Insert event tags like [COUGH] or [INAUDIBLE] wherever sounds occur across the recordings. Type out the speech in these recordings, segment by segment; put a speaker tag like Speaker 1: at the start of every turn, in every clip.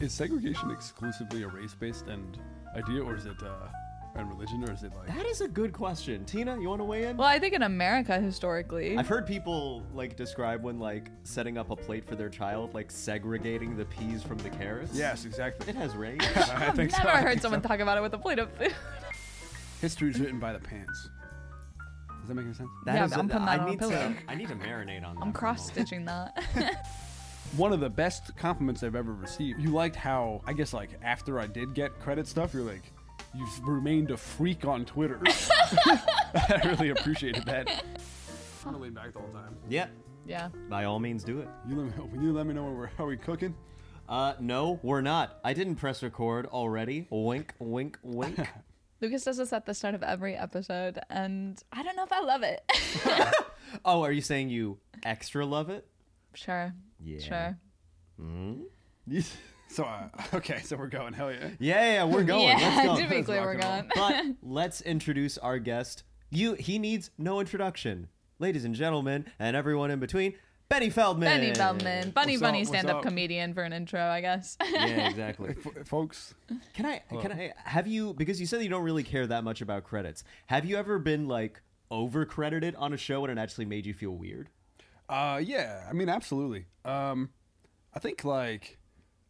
Speaker 1: Is segregation exclusively a race-based and idea, or is it uh, and religion, or is it like
Speaker 2: That is a good question. Tina, you want to weigh in?
Speaker 3: Well, I think in America historically, [LAUGHS]
Speaker 2: I've heard people like describe when like setting up a plate for their child, like segregating the peas from the carrots.
Speaker 1: yes, exactly.
Speaker 2: It has range.
Speaker 1: I think so.
Speaker 3: never
Speaker 1: I
Speaker 3: heard
Speaker 1: think
Speaker 3: someone
Speaker 1: so.
Speaker 3: talk about it with a plate of food. [LAUGHS]
Speaker 1: History is written by the pants. Does that make any sense?
Speaker 3: Yeah, I'm putting that on a
Speaker 2: need
Speaker 3: pillow.
Speaker 2: To, I need to marinate on that. for a
Speaker 3: I'm
Speaker 2: moment.
Speaker 3: cross stitching that. [LAUGHS]
Speaker 1: One of the best compliments I've ever received. You liked how I guess like after I did get credit stuff, you're like, you've remained a freak on [LAUGHS] Twitter. I really appreciated that. I'm gonna lean back the whole time.
Speaker 2: Yep.
Speaker 3: yeah.
Speaker 2: By all means, do it.
Speaker 1: You let me, [LAUGHS] when you let me know when we're how we cooking. [LAUGHS]
Speaker 2: Uh, no, we're not. I didn't press record already. Wink, wink, wink.
Speaker 3: [LAUGHS] Lucas does this at the start of every episode, and I don't know if I love it. [LAUGHS]
Speaker 2: oh, are you saying you extra love it?
Speaker 3: sure.
Speaker 2: Yeah.
Speaker 3: Sure.
Speaker 1: So uh, okay, so we're going. Hell yeah.
Speaker 2: Yeah,
Speaker 3: [LAUGHS]
Speaker 2: we're going.
Speaker 3: Yeah,
Speaker 2: Let's go.
Speaker 3: to be
Speaker 1: Let's
Speaker 3: clear,
Speaker 1: rock
Speaker 3: we're
Speaker 1: and roll.
Speaker 3: gone.
Speaker 2: but let's introduce our guest. You, he needs no introduction, ladies and gentlemen, and everyone in between. Benny Feldman.
Speaker 3: [LAUGHS] Benny Bellman, Bunny
Speaker 1: What's up?
Speaker 3: Bunny
Speaker 1: What's
Speaker 3: stand up
Speaker 1: up?
Speaker 3: comedian for an intro, I guess. [LAUGHS]
Speaker 2: Yeah, exactly.
Speaker 1: F- folks,
Speaker 2: Can I? Can I? Have you? Because you said you don't really care that much about credits. Have you ever been like over credited on a show and it actually made you feel weird?
Speaker 1: Uh, yeah, I mean, absolutely. Um, I think like,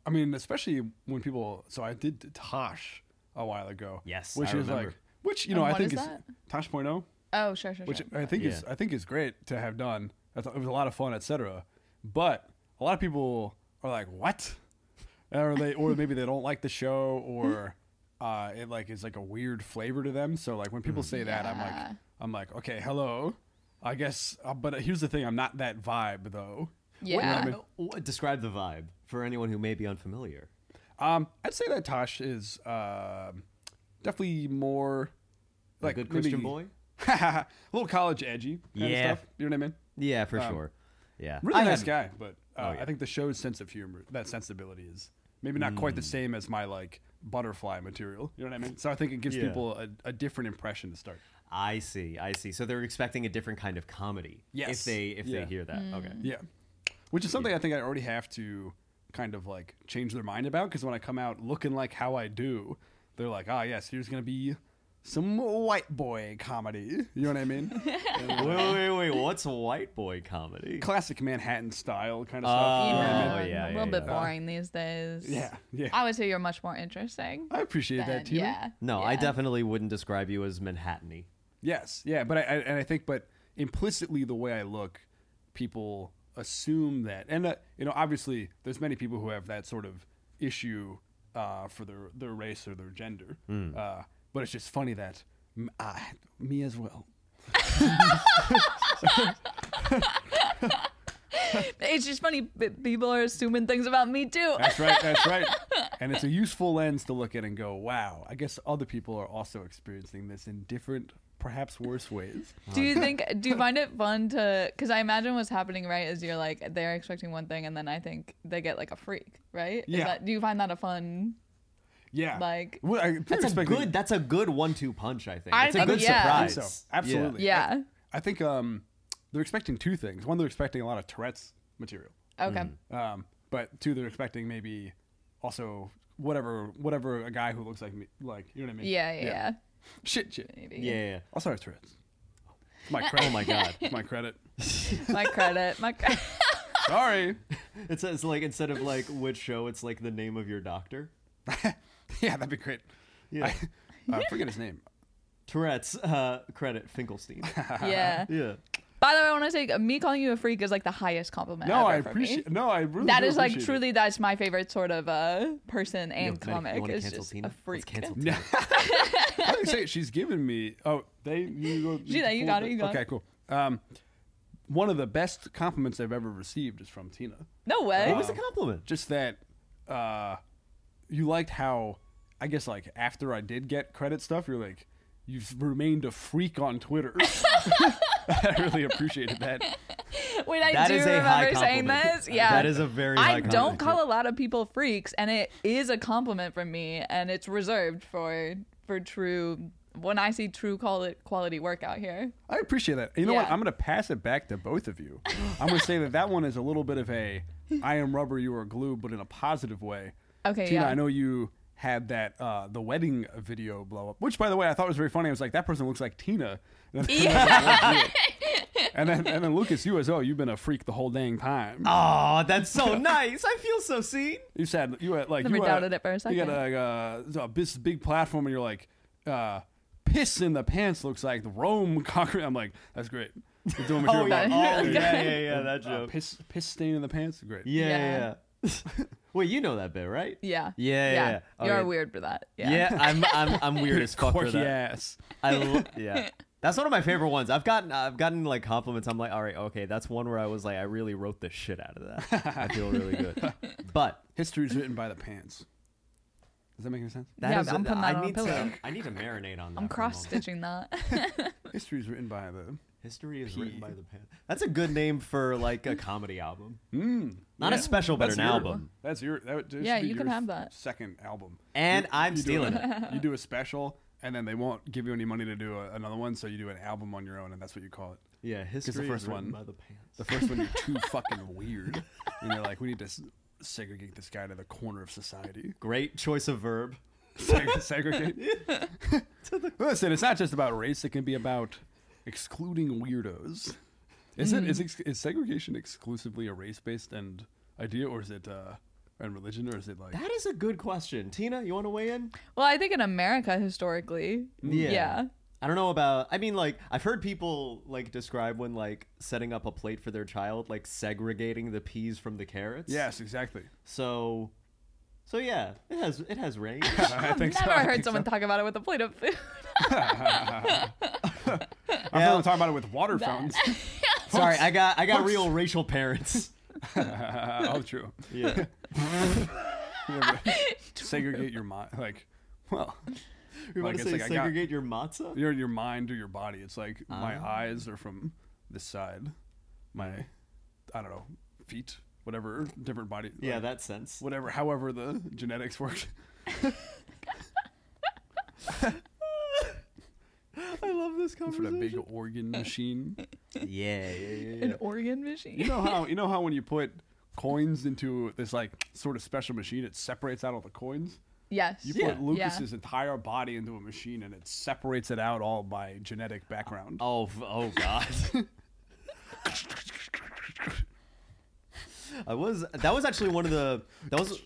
Speaker 1: I mean, especially when people. So I did Tosh a while ago.
Speaker 2: Yes,
Speaker 1: which
Speaker 2: I
Speaker 1: is
Speaker 2: remember.
Speaker 1: like, which you know,
Speaker 3: And
Speaker 1: I
Speaker 3: what
Speaker 1: think
Speaker 3: is
Speaker 1: is,
Speaker 3: that?
Speaker 1: Tosh point oh,
Speaker 3: oh, sure, sure, sure.
Speaker 1: which I think is
Speaker 2: Yeah.
Speaker 1: I think is great to have done. I thought it was a lot of fun, etc. But a lot of people are like, what? Or they, or maybe they don't like the show, or uh, it like is like a weird flavor to them. So like when people say that, I'm
Speaker 3: Yeah.
Speaker 1: like, I'm like, okay, hello. I guess, uh, but here's the thing: I'm not that vibe though.
Speaker 3: yeah.
Speaker 2: Uh, w- Describe the vibe for anyone who may be unfamiliar.
Speaker 1: Um, I'd say that Tosh is um definitely more
Speaker 2: Like
Speaker 1: like
Speaker 2: a good Christian
Speaker 1: maybe-
Speaker 2: boy.
Speaker 1: [LAUGHS] a little college edgy. Kind
Speaker 2: Yeah.
Speaker 1: of stuff. You know what I mean?
Speaker 2: Yeah, for sure. Um, Yeah,
Speaker 1: Really
Speaker 2: I
Speaker 1: nice
Speaker 2: had-
Speaker 1: guy, but uh,
Speaker 2: Oh, yeah.
Speaker 1: I think the show's sense of humor, that sensibility, is maybe not quite
Speaker 2: Mm.
Speaker 1: the same as my like butterfly material. You know what I mean? So I think it gives
Speaker 2: Yeah.
Speaker 1: people a, a different impression to start.
Speaker 2: I see. I see. So they're expecting a different kind of comedy. If
Speaker 1: Yes.
Speaker 2: they if
Speaker 1: Yeah.
Speaker 2: they hear that.
Speaker 3: Mm.
Speaker 2: Okay.
Speaker 1: Yeah, which is something I think I already have to kind of like change their mind about because when I come out looking like how I do, they're like, ah, yes, here's gonna be some white boy comedy. You know what I mean?
Speaker 2: wait, [LAUGHS] wait, wait. What's a white boy comedy?
Speaker 1: Classic Manhattan style kind of
Speaker 2: Oh,
Speaker 1: stuff.
Speaker 3: you
Speaker 1: You know what I
Speaker 3: know,
Speaker 1: mean?
Speaker 2: yeah, yeah,
Speaker 3: a little bit
Speaker 2: yeah.
Speaker 3: boring these days.
Speaker 1: Yeah, yeah.
Speaker 3: I would say you're much more interesting.
Speaker 1: I appreciate
Speaker 3: than-
Speaker 1: that too.
Speaker 3: yeah.
Speaker 2: No, I
Speaker 3: yeah.
Speaker 2: definitely wouldn't describe you as Manhattany.
Speaker 1: Yes, yeah, but I, I and I think, but implicitly the way I look, people assume that, and uh, you know, obviously, there's many people who have that sort of issue uh, for their their race or their gender. Uh, but it's just funny that m- I, me as well.
Speaker 3: It's just funny. b- People are assuming things about me too.
Speaker 1: That's right. That's right. And it's a useful lens to look at and go, wow. I guess other people are also experiencing this in different, perhaps worse ways. [LAUGHS]
Speaker 3: Do you think? Do you find it fun to? Because I imagine what's happening, right? Is you're like they're expecting one thing, and then I think they get like a freak, right? Is
Speaker 1: Yeah.
Speaker 3: that, do you find that a fun?
Speaker 1: Yeah.
Speaker 3: Like-
Speaker 1: Well, I-
Speaker 2: That's a
Speaker 1: expecting-
Speaker 2: good. That's a good one-two punch. I think.
Speaker 3: I
Speaker 2: it's
Speaker 3: think-
Speaker 2: a good
Speaker 3: yeah. I
Speaker 1: think
Speaker 2: surprise.
Speaker 1: so. Absolutely.
Speaker 3: Yeah.
Speaker 1: I think um, they're expecting two things. One, they're expecting a lot of Tourette's material.
Speaker 3: Okay.
Speaker 1: Um, but two, they're expecting maybe also whatever whatever a guy who looks like me like you know what I mean?
Speaker 3: Yeah, yeah, yeah.
Speaker 1: Shit, shit.
Speaker 3: Maybe.
Speaker 2: Yeah. yeah.
Speaker 1: Also have Tourette's. It's my credit.
Speaker 2: Oh
Speaker 1: [LAUGHS]
Speaker 2: my god.
Speaker 1: It's my credit.
Speaker 3: My credit.
Speaker 1: [LAUGHS]
Speaker 3: My credit.
Speaker 1: Sorry. [LAUGHS]
Speaker 2: It's, it's like instead of like which show, it's like the name of your doctor.
Speaker 1: yeah, that'd be great.
Speaker 2: Yeah.
Speaker 1: I uh, forget his
Speaker 3: [LAUGHS]
Speaker 1: name.
Speaker 2: [LAUGHS] Tourette's uh,
Speaker 1: [LAUGHS]
Speaker 2: credit Finkelstein.
Speaker 3: yeah.
Speaker 2: yeah.
Speaker 3: By the way, I want to say uh, me calling you a freak is like the highest compliment.
Speaker 1: No,
Speaker 3: ever
Speaker 1: I
Speaker 3: for me.
Speaker 1: appreciate. No, I really.
Speaker 3: That
Speaker 1: do
Speaker 3: is like
Speaker 1: appreciate it.
Speaker 3: truly that's my favorite sort of uh person and
Speaker 2: Yo, Maddie,
Speaker 3: comic.
Speaker 2: You wanna
Speaker 3: is
Speaker 2: cancel
Speaker 3: just
Speaker 2: Tina?
Speaker 3: a freak. [LAUGHS]
Speaker 2: Let's
Speaker 1: [LAUGHS]
Speaker 2: cancel
Speaker 1: Yeah.
Speaker 2: Tina.
Speaker 1: How do you say it? She's given me. Oh, they. You
Speaker 3: [LAUGHS]
Speaker 1: go.
Speaker 3: Gina, you got it, you got it.
Speaker 1: Okay, cool. Um, one of the best compliments I've ever received is from Tina.
Speaker 3: No way.
Speaker 2: What was the compliment?
Speaker 1: Just that uh, you liked how, I guess, like after I did get credit stuff, you're like, you've remained a freak on Twitter. [LAUGHS] I really appreciated that.
Speaker 3: Wait, I
Speaker 2: That
Speaker 3: do
Speaker 2: is a high
Speaker 3: remember saying
Speaker 2: compliment.
Speaker 3: this. Yeah.
Speaker 2: That is a very high
Speaker 3: I don't
Speaker 2: compliment,
Speaker 3: call a lot of people freaks and it is a compliment from me and it's reserved for for true when I see true quali- quality work out here.
Speaker 1: I appreciate that. You know what?
Speaker 3: Yeah.
Speaker 1: I'm going to pass it back to both of
Speaker 3: [LAUGHS]
Speaker 1: you. I'm going to say that that one is a little bit of a I am rubber, you are glue, but in a positive way.
Speaker 3: Okay,
Speaker 1: Tina,
Speaker 3: yeah.
Speaker 1: I know you had that uh, the wedding video blow up, which by the way I thought was very funny. I was like, that person looks like Tina. [LAUGHS] And then, and
Speaker 3: [LAUGHS]
Speaker 1: then, and then Lucas, you as well. You've been a freak the whole dang time.
Speaker 2: Oh, that's
Speaker 1: [LAUGHS]
Speaker 2: so nice. I feel so
Speaker 3: [LAUGHS]
Speaker 2: seen.
Speaker 1: You said you had like
Speaker 3: Never
Speaker 1: you had-
Speaker 3: doubted it for a
Speaker 1: You
Speaker 3: second.
Speaker 1: got like uh, a this big platform, and you're like, uh, piss in the pants looks like the Rome [LAUGHS] conquer. I'm like, that's great. You're doing material
Speaker 2: yeah.
Speaker 1: about-
Speaker 2: Oh,
Speaker 3: Okay. [LAUGHS]
Speaker 2: yeah, yeah, yeah, that
Speaker 1: uh,
Speaker 2: joke.
Speaker 1: piss piss stain in the pants, great.
Speaker 2: Yeah, yeah.
Speaker 3: Yeah.
Speaker 2: yeah. [LAUGHS] Wait, you know that bit, right?
Speaker 3: Yeah.
Speaker 2: Yeah, yeah, Oh, yeah.
Speaker 3: You're
Speaker 2: Okay.
Speaker 3: weird for that. Yeah.
Speaker 2: Yeah, I'm, I'm, I'm weird
Speaker 3: [LAUGHS]
Speaker 2: as fuck for
Speaker 1: Quirky
Speaker 2: that.
Speaker 1: ass.
Speaker 2: I lo- yeah. That's one of my favorite ones. I've gotten I've gotten like compliments. I'm like, all right, okay, that's one where I was like, I really wrote the shit out of that. I feel really
Speaker 3: [LAUGHS]
Speaker 2: good. But
Speaker 1: History's written by the pants. Does that make any sense?
Speaker 2: that
Speaker 3: Yeah,
Speaker 2: is-
Speaker 3: I'm putting
Speaker 2: I
Speaker 3: that on a
Speaker 2: need to-
Speaker 3: pillow.
Speaker 2: I need to marinate on that.
Speaker 3: I'm
Speaker 2: for a moment.
Speaker 3: cross stitching that. [LAUGHS]
Speaker 1: History's written by the.
Speaker 2: History is written by the pen. That's a good name for like a comedy album.
Speaker 1: Mm,
Speaker 2: Not a special, but
Speaker 1: That's
Speaker 2: an
Speaker 1: your-
Speaker 2: album.
Speaker 1: That's your. That, would- that
Speaker 3: Yeah,
Speaker 1: should be
Speaker 3: you can
Speaker 1: your
Speaker 3: have that.
Speaker 1: Second album.
Speaker 2: And I'm
Speaker 1: You do
Speaker 2: stealing it.
Speaker 1: a- You do a special, and then they won't give you any money to do a, another one, so you do an album on your own, and that's what you call it.
Speaker 2: Yeah, history
Speaker 1: first
Speaker 2: is written
Speaker 1: one-
Speaker 2: by the pants.
Speaker 1: The first one, you're
Speaker 2: [LAUGHS]
Speaker 1: too fucking weird, and you're like, we need to s- segregate this guy to the corner of society.
Speaker 2: Great choice of verb.
Speaker 1: Seg- segregate.
Speaker 3: [LAUGHS]
Speaker 1: Listen, it's not just about race; it can be about excluding weirdos. Is it
Speaker 3: Mm-hmm.
Speaker 1: is, ex- is segregation exclusively a race based and idea, or is it uh, and religion, or is it like
Speaker 2: That is a good question. Tina, you want to weigh in?
Speaker 3: well, I think in America historically. yeah.
Speaker 2: I don't know about I mean like I've heard people like describe when like setting up a plate for their child like segregating the peas from the carrots.
Speaker 1: yes,
Speaker 3: [LAUGHS]
Speaker 1: exactly.
Speaker 2: So so yeah, it has it has [LAUGHS] range.
Speaker 1: I think
Speaker 3: Never
Speaker 1: so. I
Speaker 3: heard
Speaker 1: think so.
Speaker 3: someone talk about it with a plate of
Speaker 2: [LAUGHS]
Speaker 3: food.
Speaker 1: I've
Speaker 2: Yeah.
Speaker 1: heard them talk about it with water fountains.
Speaker 2: Sorry, I got I got real racial [LAUGHS] parents.
Speaker 3: [LAUGHS]
Speaker 1: [LAUGHS] oh, true.
Speaker 2: Yeah.
Speaker 1: Segregate your mind. Like, well,
Speaker 2: You
Speaker 1: Like,
Speaker 2: want to
Speaker 1: it's
Speaker 2: say
Speaker 1: like I got-
Speaker 2: segregate your matzah?
Speaker 1: your your mind or your body. It's like my
Speaker 3: Ah.
Speaker 1: eyes are from this side, my, I don't know, feet, whatever, different body.
Speaker 2: Yeah,
Speaker 1: like,
Speaker 2: that sense.
Speaker 1: whatever. However, the [LAUGHS] genetics work.
Speaker 2: I love this
Speaker 1: for the
Speaker 2: [LAUGHS]
Speaker 1: big organ machine.
Speaker 2: Yeah, yeah, yeah.
Speaker 3: An organ machine.
Speaker 1: You know how you know how when you put coins into this like sort of special machine, it separates out all the coins.
Speaker 3: yes.
Speaker 1: You
Speaker 2: Yeah.
Speaker 1: put Lucas's entire body into a machine and it separates it out all by genetic background.
Speaker 2: Oh, f- oh God. I was that was actually one of the that was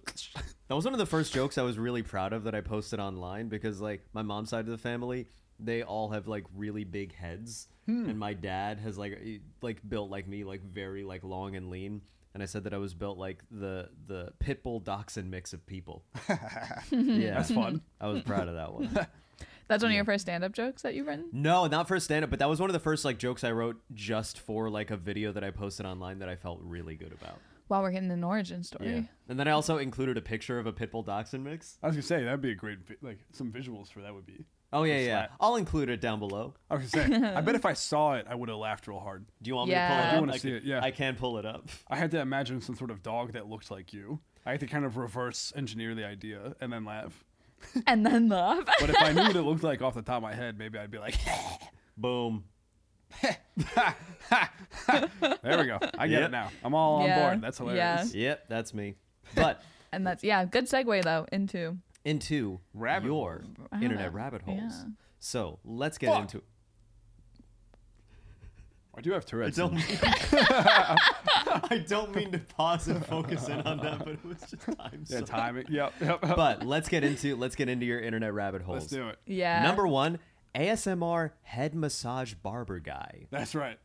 Speaker 2: that was one of the first jokes I was really proud of that I posted online because like my mom's side of the family they all have like really big heads
Speaker 1: Hmm.
Speaker 2: and my dad has like e- like built like me like very like long and lean and I said that I was built like the the pit bull dachshund mix
Speaker 1: [LAUGHS]
Speaker 2: of people. yeah,
Speaker 1: That's fun.
Speaker 2: I was proud of
Speaker 1: [LAUGHS]
Speaker 2: that one.
Speaker 3: That's one of your first stand up jokes that you've written?
Speaker 2: No, not for stand up, but that was one of the first like jokes I wrote just for like a video that I posted online that I felt really good about.
Speaker 3: While we're getting an origin story.
Speaker 2: And then I also included a picture of a Pitbull Dachshund mix.
Speaker 1: I was gonna say that'd be a great vi- like some visuals for that would be.
Speaker 2: Oh yeah,
Speaker 1: Just
Speaker 2: yeah.
Speaker 1: that.
Speaker 2: I'll include it down below.
Speaker 1: I was gonna say I bet if I saw it I would have laughed real hard.
Speaker 2: Do you want me to pull
Speaker 3: Yeah.
Speaker 2: it
Speaker 3: I
Speaker 2: up?
Speaker 3: do
Speaker 1: wanna
Speaker 2: can-
Speaker 1: see it, yeah.
Speaker 2: I can pull it up.
Speaker 1: I had to imagine some sort of dog that looked like you. I had to kind of reverse engineer the idea and then laugh.
Speaker 3: [LAUGHS] And then laugh.
Speaker 1: But if I knew what it looked like off the top of my head, maybe I'd be like,
Speaker 2: Boom.
Speaker 1: there we go. I get
Speaker 2: Yep.
Speaker 1: it now. I'm all on
Speaker 3: Yeah.
Speaker 1: board. That's hilarious.
Speaker 2: Yep, that's me. But [LAUGHS]
Speaker 3: and that's, yeah, good segue though into.
Speaker 2: into
Speaker 1: Rabbit
Speaker 2: your internet rabbit holes.
Speaker 3: yeah.
Speaker 2: So let's get
Speaker 1: Fuck.
Speaker 2: into it.
Speaker 1: I do have
Speaker 2: I
Speaker 1: Tourette's. [LAUGHS]
Speaker 2: don't, mean, [LAUGHS] I don't mean to pause and focus in on that, but it was just time.
Speaker 1: yeah,
Speaker 2: suck.
Speaker 1: timing. Yep, yep. yep.
Speaker 2: But let's get into let's get into your internet rabbit holes.
Speaker 1: Let's do it.
Speaker 3: Yeah.
Speaker 2: Number one, ASMR head massage barber guy.
Speaker 1: That's right.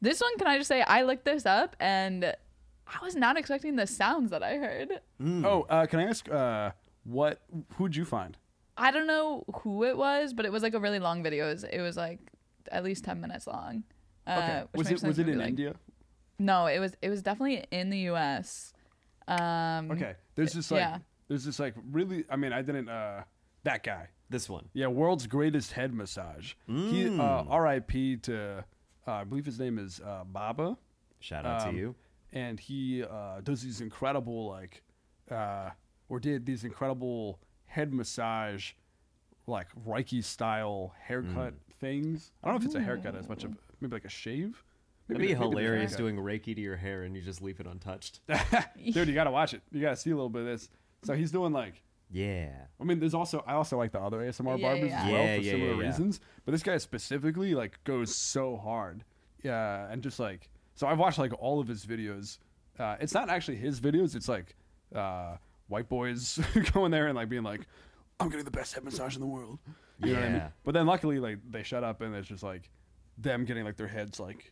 Speaker 3: This one, can I just say, I looked this up and I was not expecting the sounds that I heard.
Speaker 1: Oh, uh, can I ask uh, what? Who'd you find?
Speaker 3: I don't know who it was, but it was like a really long video. It was, it was like at least 10 minutes long. Uh, which
Speaker 1: was
Speaker 3: makes
Speaker 1: it was
Speaker 3: sense Mm-hmm.
Speaker 1: it
Speaker 3: to be
Speaker 1: in
Speaker 3: like-
Speaker 1: India?
Speaker 3: No, it was it was definitely in the U.S. Um,
Speaker 1: Okay. There's just like
Speaker 3: yeah.
Speaker 1: there's just like really. I mean, I didn't. Uh, that guy.
Speaker 2: This one.
Speaker 1: Yeah, world's greatest head massage. He uh, R.I.P. to uh, I believe his name is uh, Baba.
Speaker 2: Shout out
Speaker 1: Um,
Speaker 2: to you.
Speaker 1: And he uh, does these incredible, like, uh, or did these incredible head massage, like Reiki style haircut
Speaker 2: Mm.
Speaker 1: things. I don't know if it's a haircut as much of maybe like a shave.
Speaker 2: It'd be
Speaker 1: maybe there's a
Speaker 2: hilarious
Speaker 1: haircut. [LAUGHS]
Speaker 2: doing Reiki to your hair and you just leave it untouched.
Speaker 1: Dude, you gotta watch it. You gotta see a little bit of this. So he's doing like
Speaker 2: Yeah.
Speaker 1: I mean, there's also I also like the other ASMR
Speaker 3: Yeah,
Speaker 1: barbers
Speaker 3: yeah,
Speaker 1: as well
Speaker 2: yeah. Yeah,
Speaker 1: for
Speaker 2: yeah,
Speaker 1: similar
Speaker 2: yeah, yeah.
Speaker 1: reasons. But this guy specifically like goes so hard, yeah, and just like so I've watched like all of his videos. Uh, it's not actually his videos. It's like uh, white boys [LAUGHS] going there and like being like, "I'm getting the best head massage in the world." You know what I mean?
Speaker 2: Yeah.
Speaker 1: But then luckily, like they shut up and it's just like them getting like their heads like,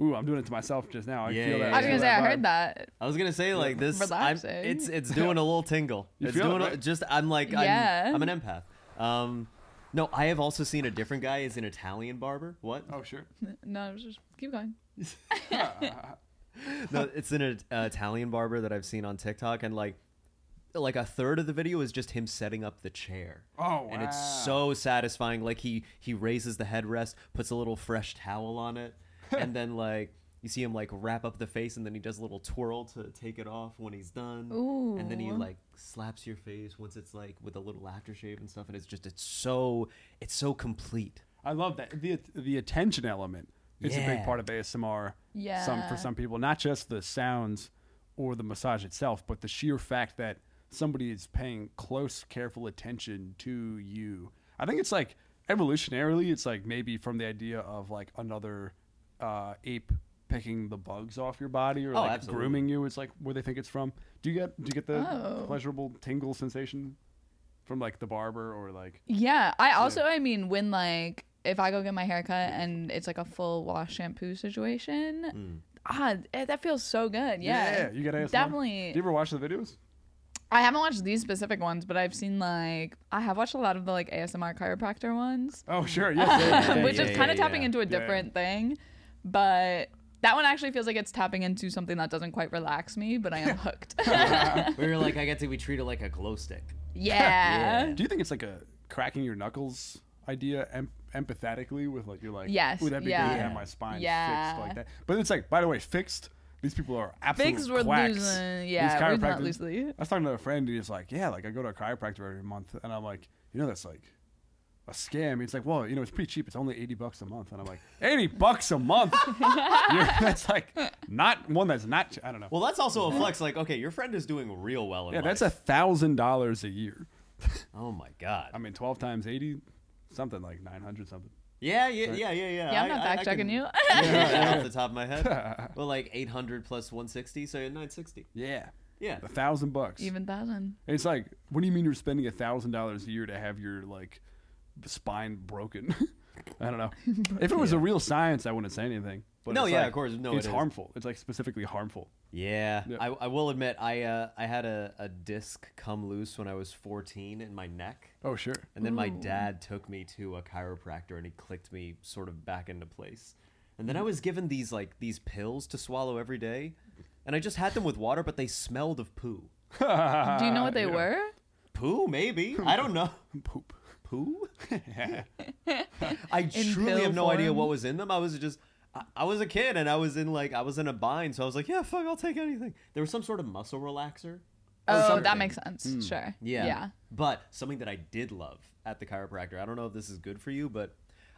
Speaker 1: "Ooh, I'm doing it to myself just now." I
Speaker 2: Yeah,
Speaker 1: feel
Speaker 2: yeah,
Speaker 1: that.
Speaker 2: yeah.
Speaker 3: I was gonna say I
Speaker 1: vibe.
Speaker 3: heard that. [LAUGHS]
Speaker 2: I was gonna say like this. I'm,
Speaker 3: Relaxing.
Speaker 1: [LAUGHS]
Speaker 2: it's it's doing a little tingle.
Speaker 1: You
Speaker 2: it's
Speaker 1: feel it,
Speaker 2: doing a-
Speaker 1: right?
Speaker 2: just. I'm like. I'm-
Speaker 3: Yeah.
Speaker 2: I'm, an empath. Um, no, I have also seen a different guy. Is an Italian barber. What?
Speaker 1: Oh sure.
Speaker 3: No, just keep going.
Speaker 2: no, it's an It- uh, Italian barber that I've seen on TikTok, and like, like a third of the video is just him setting up the chair.
Speaker 1: Oh,
Speaker 2: and it's
Speaker 1: wow.
Speaker 2: so satisfying. Like he he raises the headrest, puts a little fresh towel on it, and then like you see him like wrap up the face, and then he does a little twirl to take it off when he's done. And then he
Speaker 3: Ooh.
Speaker 2: like slaps your face once it's like with a little aftershave and stuff, and it's just it's so it's so complete.
Speaker 1: I love that the the attention element is a big
Speaker 2: Yeah.
Speaker 1: part of ASMR. Some
Speaker 3: Yeah.
Speaker 1: for some people, not just the sounds or the massage itself, but the sheer fact that somebody is paying close, careful attention to you. I think it's like evolutionarily, it's like maybe from the idea of like another uh, ape picking the bugs off your body or
Speaker 2: Oh,
Speaker 1: like
Speaker 2: absolutely.
Speaker 1: grooming you. It's like where they think it's from. Do you get do you get the
Speaker 3: Oh.
Speaker 1: pleasurable tingle sensation from like the barber or like
Speaker 3: Yeah. I also, I mean, when like if I go get my haircut and it's like a full wash shampoo situation, ah, eh, that feels so good. Yeah.
Speaker 1: you get ASMR.
Speaker 3: Definitely.
Speaker 1: Do you ever watch the videos?
Speaker 3: I haven't watched these specific ones, but I've seen like I have watched a lot of the like ASMR chiropractor ones, [LAUGHS]
Speaker 1: Oh, sure. Yes. yeah, yeah, yeah,
Speaker 3: which
Speaker 1: yeah,
Speaker 3: is
Speaker 1: yeah,
Speaker 3: kind
Speaker 2: yeah,
Speaker 3: of tapping
Speaker 2: yeah.
Speaker 3: into a
Speaker 1: Yeah.
Speaker 3: different thing, but. That one actually feels like it's tapping into something that doesn't quite relax me, but I am hooked. [LAUGHS] yeah.
Speaker 2: we were like, I get to be treated like a glow stick.
Speaker 1: yeah. Do you think it's like a cracking your knuckles idea em- empathetically with like you're like,
Speaker 3: Yes,
Speaker 1: Ooh, that'd be
Speaker 3: yeah.
Speaker 1: good to have my spine fixed
Speaker 3: Yeah.
Speaker 1: like that. But it's like, by the way, fixed. These people are absolute
Speaker 3: Fixed, we're
Speaker 1: quacks.
Speaker 3: losing-
Speaker 1: These
Speaker 3: yeah, we're not
Speaker 1: chiropractors-
Speaker 3: loosely.
Speaker 1: I was talking to a friend, and he's like, "Yeah, like I go to a chiropractor every month," and I'm like, "You know, that's like a scam." He's like, "Well, you know, it's pretty cheap. It's only eighty bucks a month," and I'm like, 80 bucks a
Speaker 3: [LAUGHS]
Speaker 1: month? You're- that's like not one that's not. ch- I don't know.
Speaker 2: Well, that's also a flex. Like, okay, your friend is doing real well. In
Speaker 1: yeah, that's a
Speaker 2: life.
Speaker 1: thousand dollars a year.
Speaker 2: Oh my god.
Speaker 1: I mean, 12 times 80, something like 900 something.
Speaker 2: Yeah, yeah, yeah, yeah, yeah.
Speaker 3: I'm not fact checking you.
Speaker 2: [LAUGHS] yeah, off the top of my head. Well, like 800 plus 160, so 960.
Speaker 1: Yeah.
Speaker 2: Yeah.
Speaker 1: A thousand bucks.
Speaker 3: Even thousand.
Speaker 1: it's like, what do you mean you're spending a thousand dollars a year to have your like spine broken? [LAUGHS] I don't know. if it was a real science, I wouldn't say anything. But
Speaker 2: No,
Speaker 1: it's
Speaker 2: yeah,
Speaker 1: like-
Speaker 2: of course. No,
Speaker 1: it's
Speaker 2: it is.
Speaker 1: harmful. It's like specifically harmful.
Speaker 2: Yeah.
Speaker 1: Yeah.
Speaker 2: I, I will admit, I uh, I had a, a disc come loose when I was 14 in my neck.
Speaker 1: Oh, sure.
Speaker 2: And then my
Speaker 3: Ooh.
Speaker 2: dad took me to a chiropractor and he clicked me sort of back into place. And then I was given these like these pills to swallow every day. And I just had them with water, but they smelled of poo.
Speaker 3: Do you know what they were?
Speaker 2: Poo, maybe. I don't know. [LAUGHS]
Speaker 1: Poop.
Speaker 3: [LAUGHS]
Speaker 2: poo? I truly
Speaker 3: pill
Speaker 2: have no idea
Speaker 3: form?
Speaker 2: what was in them. I was just, I, I was a kid and I was in like, I was in a bind. So I was like, yeah, fuck, I'll take anything. There was some sort of muscle relaxer.
Speaker 3: Oh,
Speaker 2: something.
Speaker 3: that makes sense. Sure.
Speaker 2: Yeah.
Speaker 3: Yeah.
Speaker 2: But something that I did love at the chiropractor, I don't know if this is good for you, but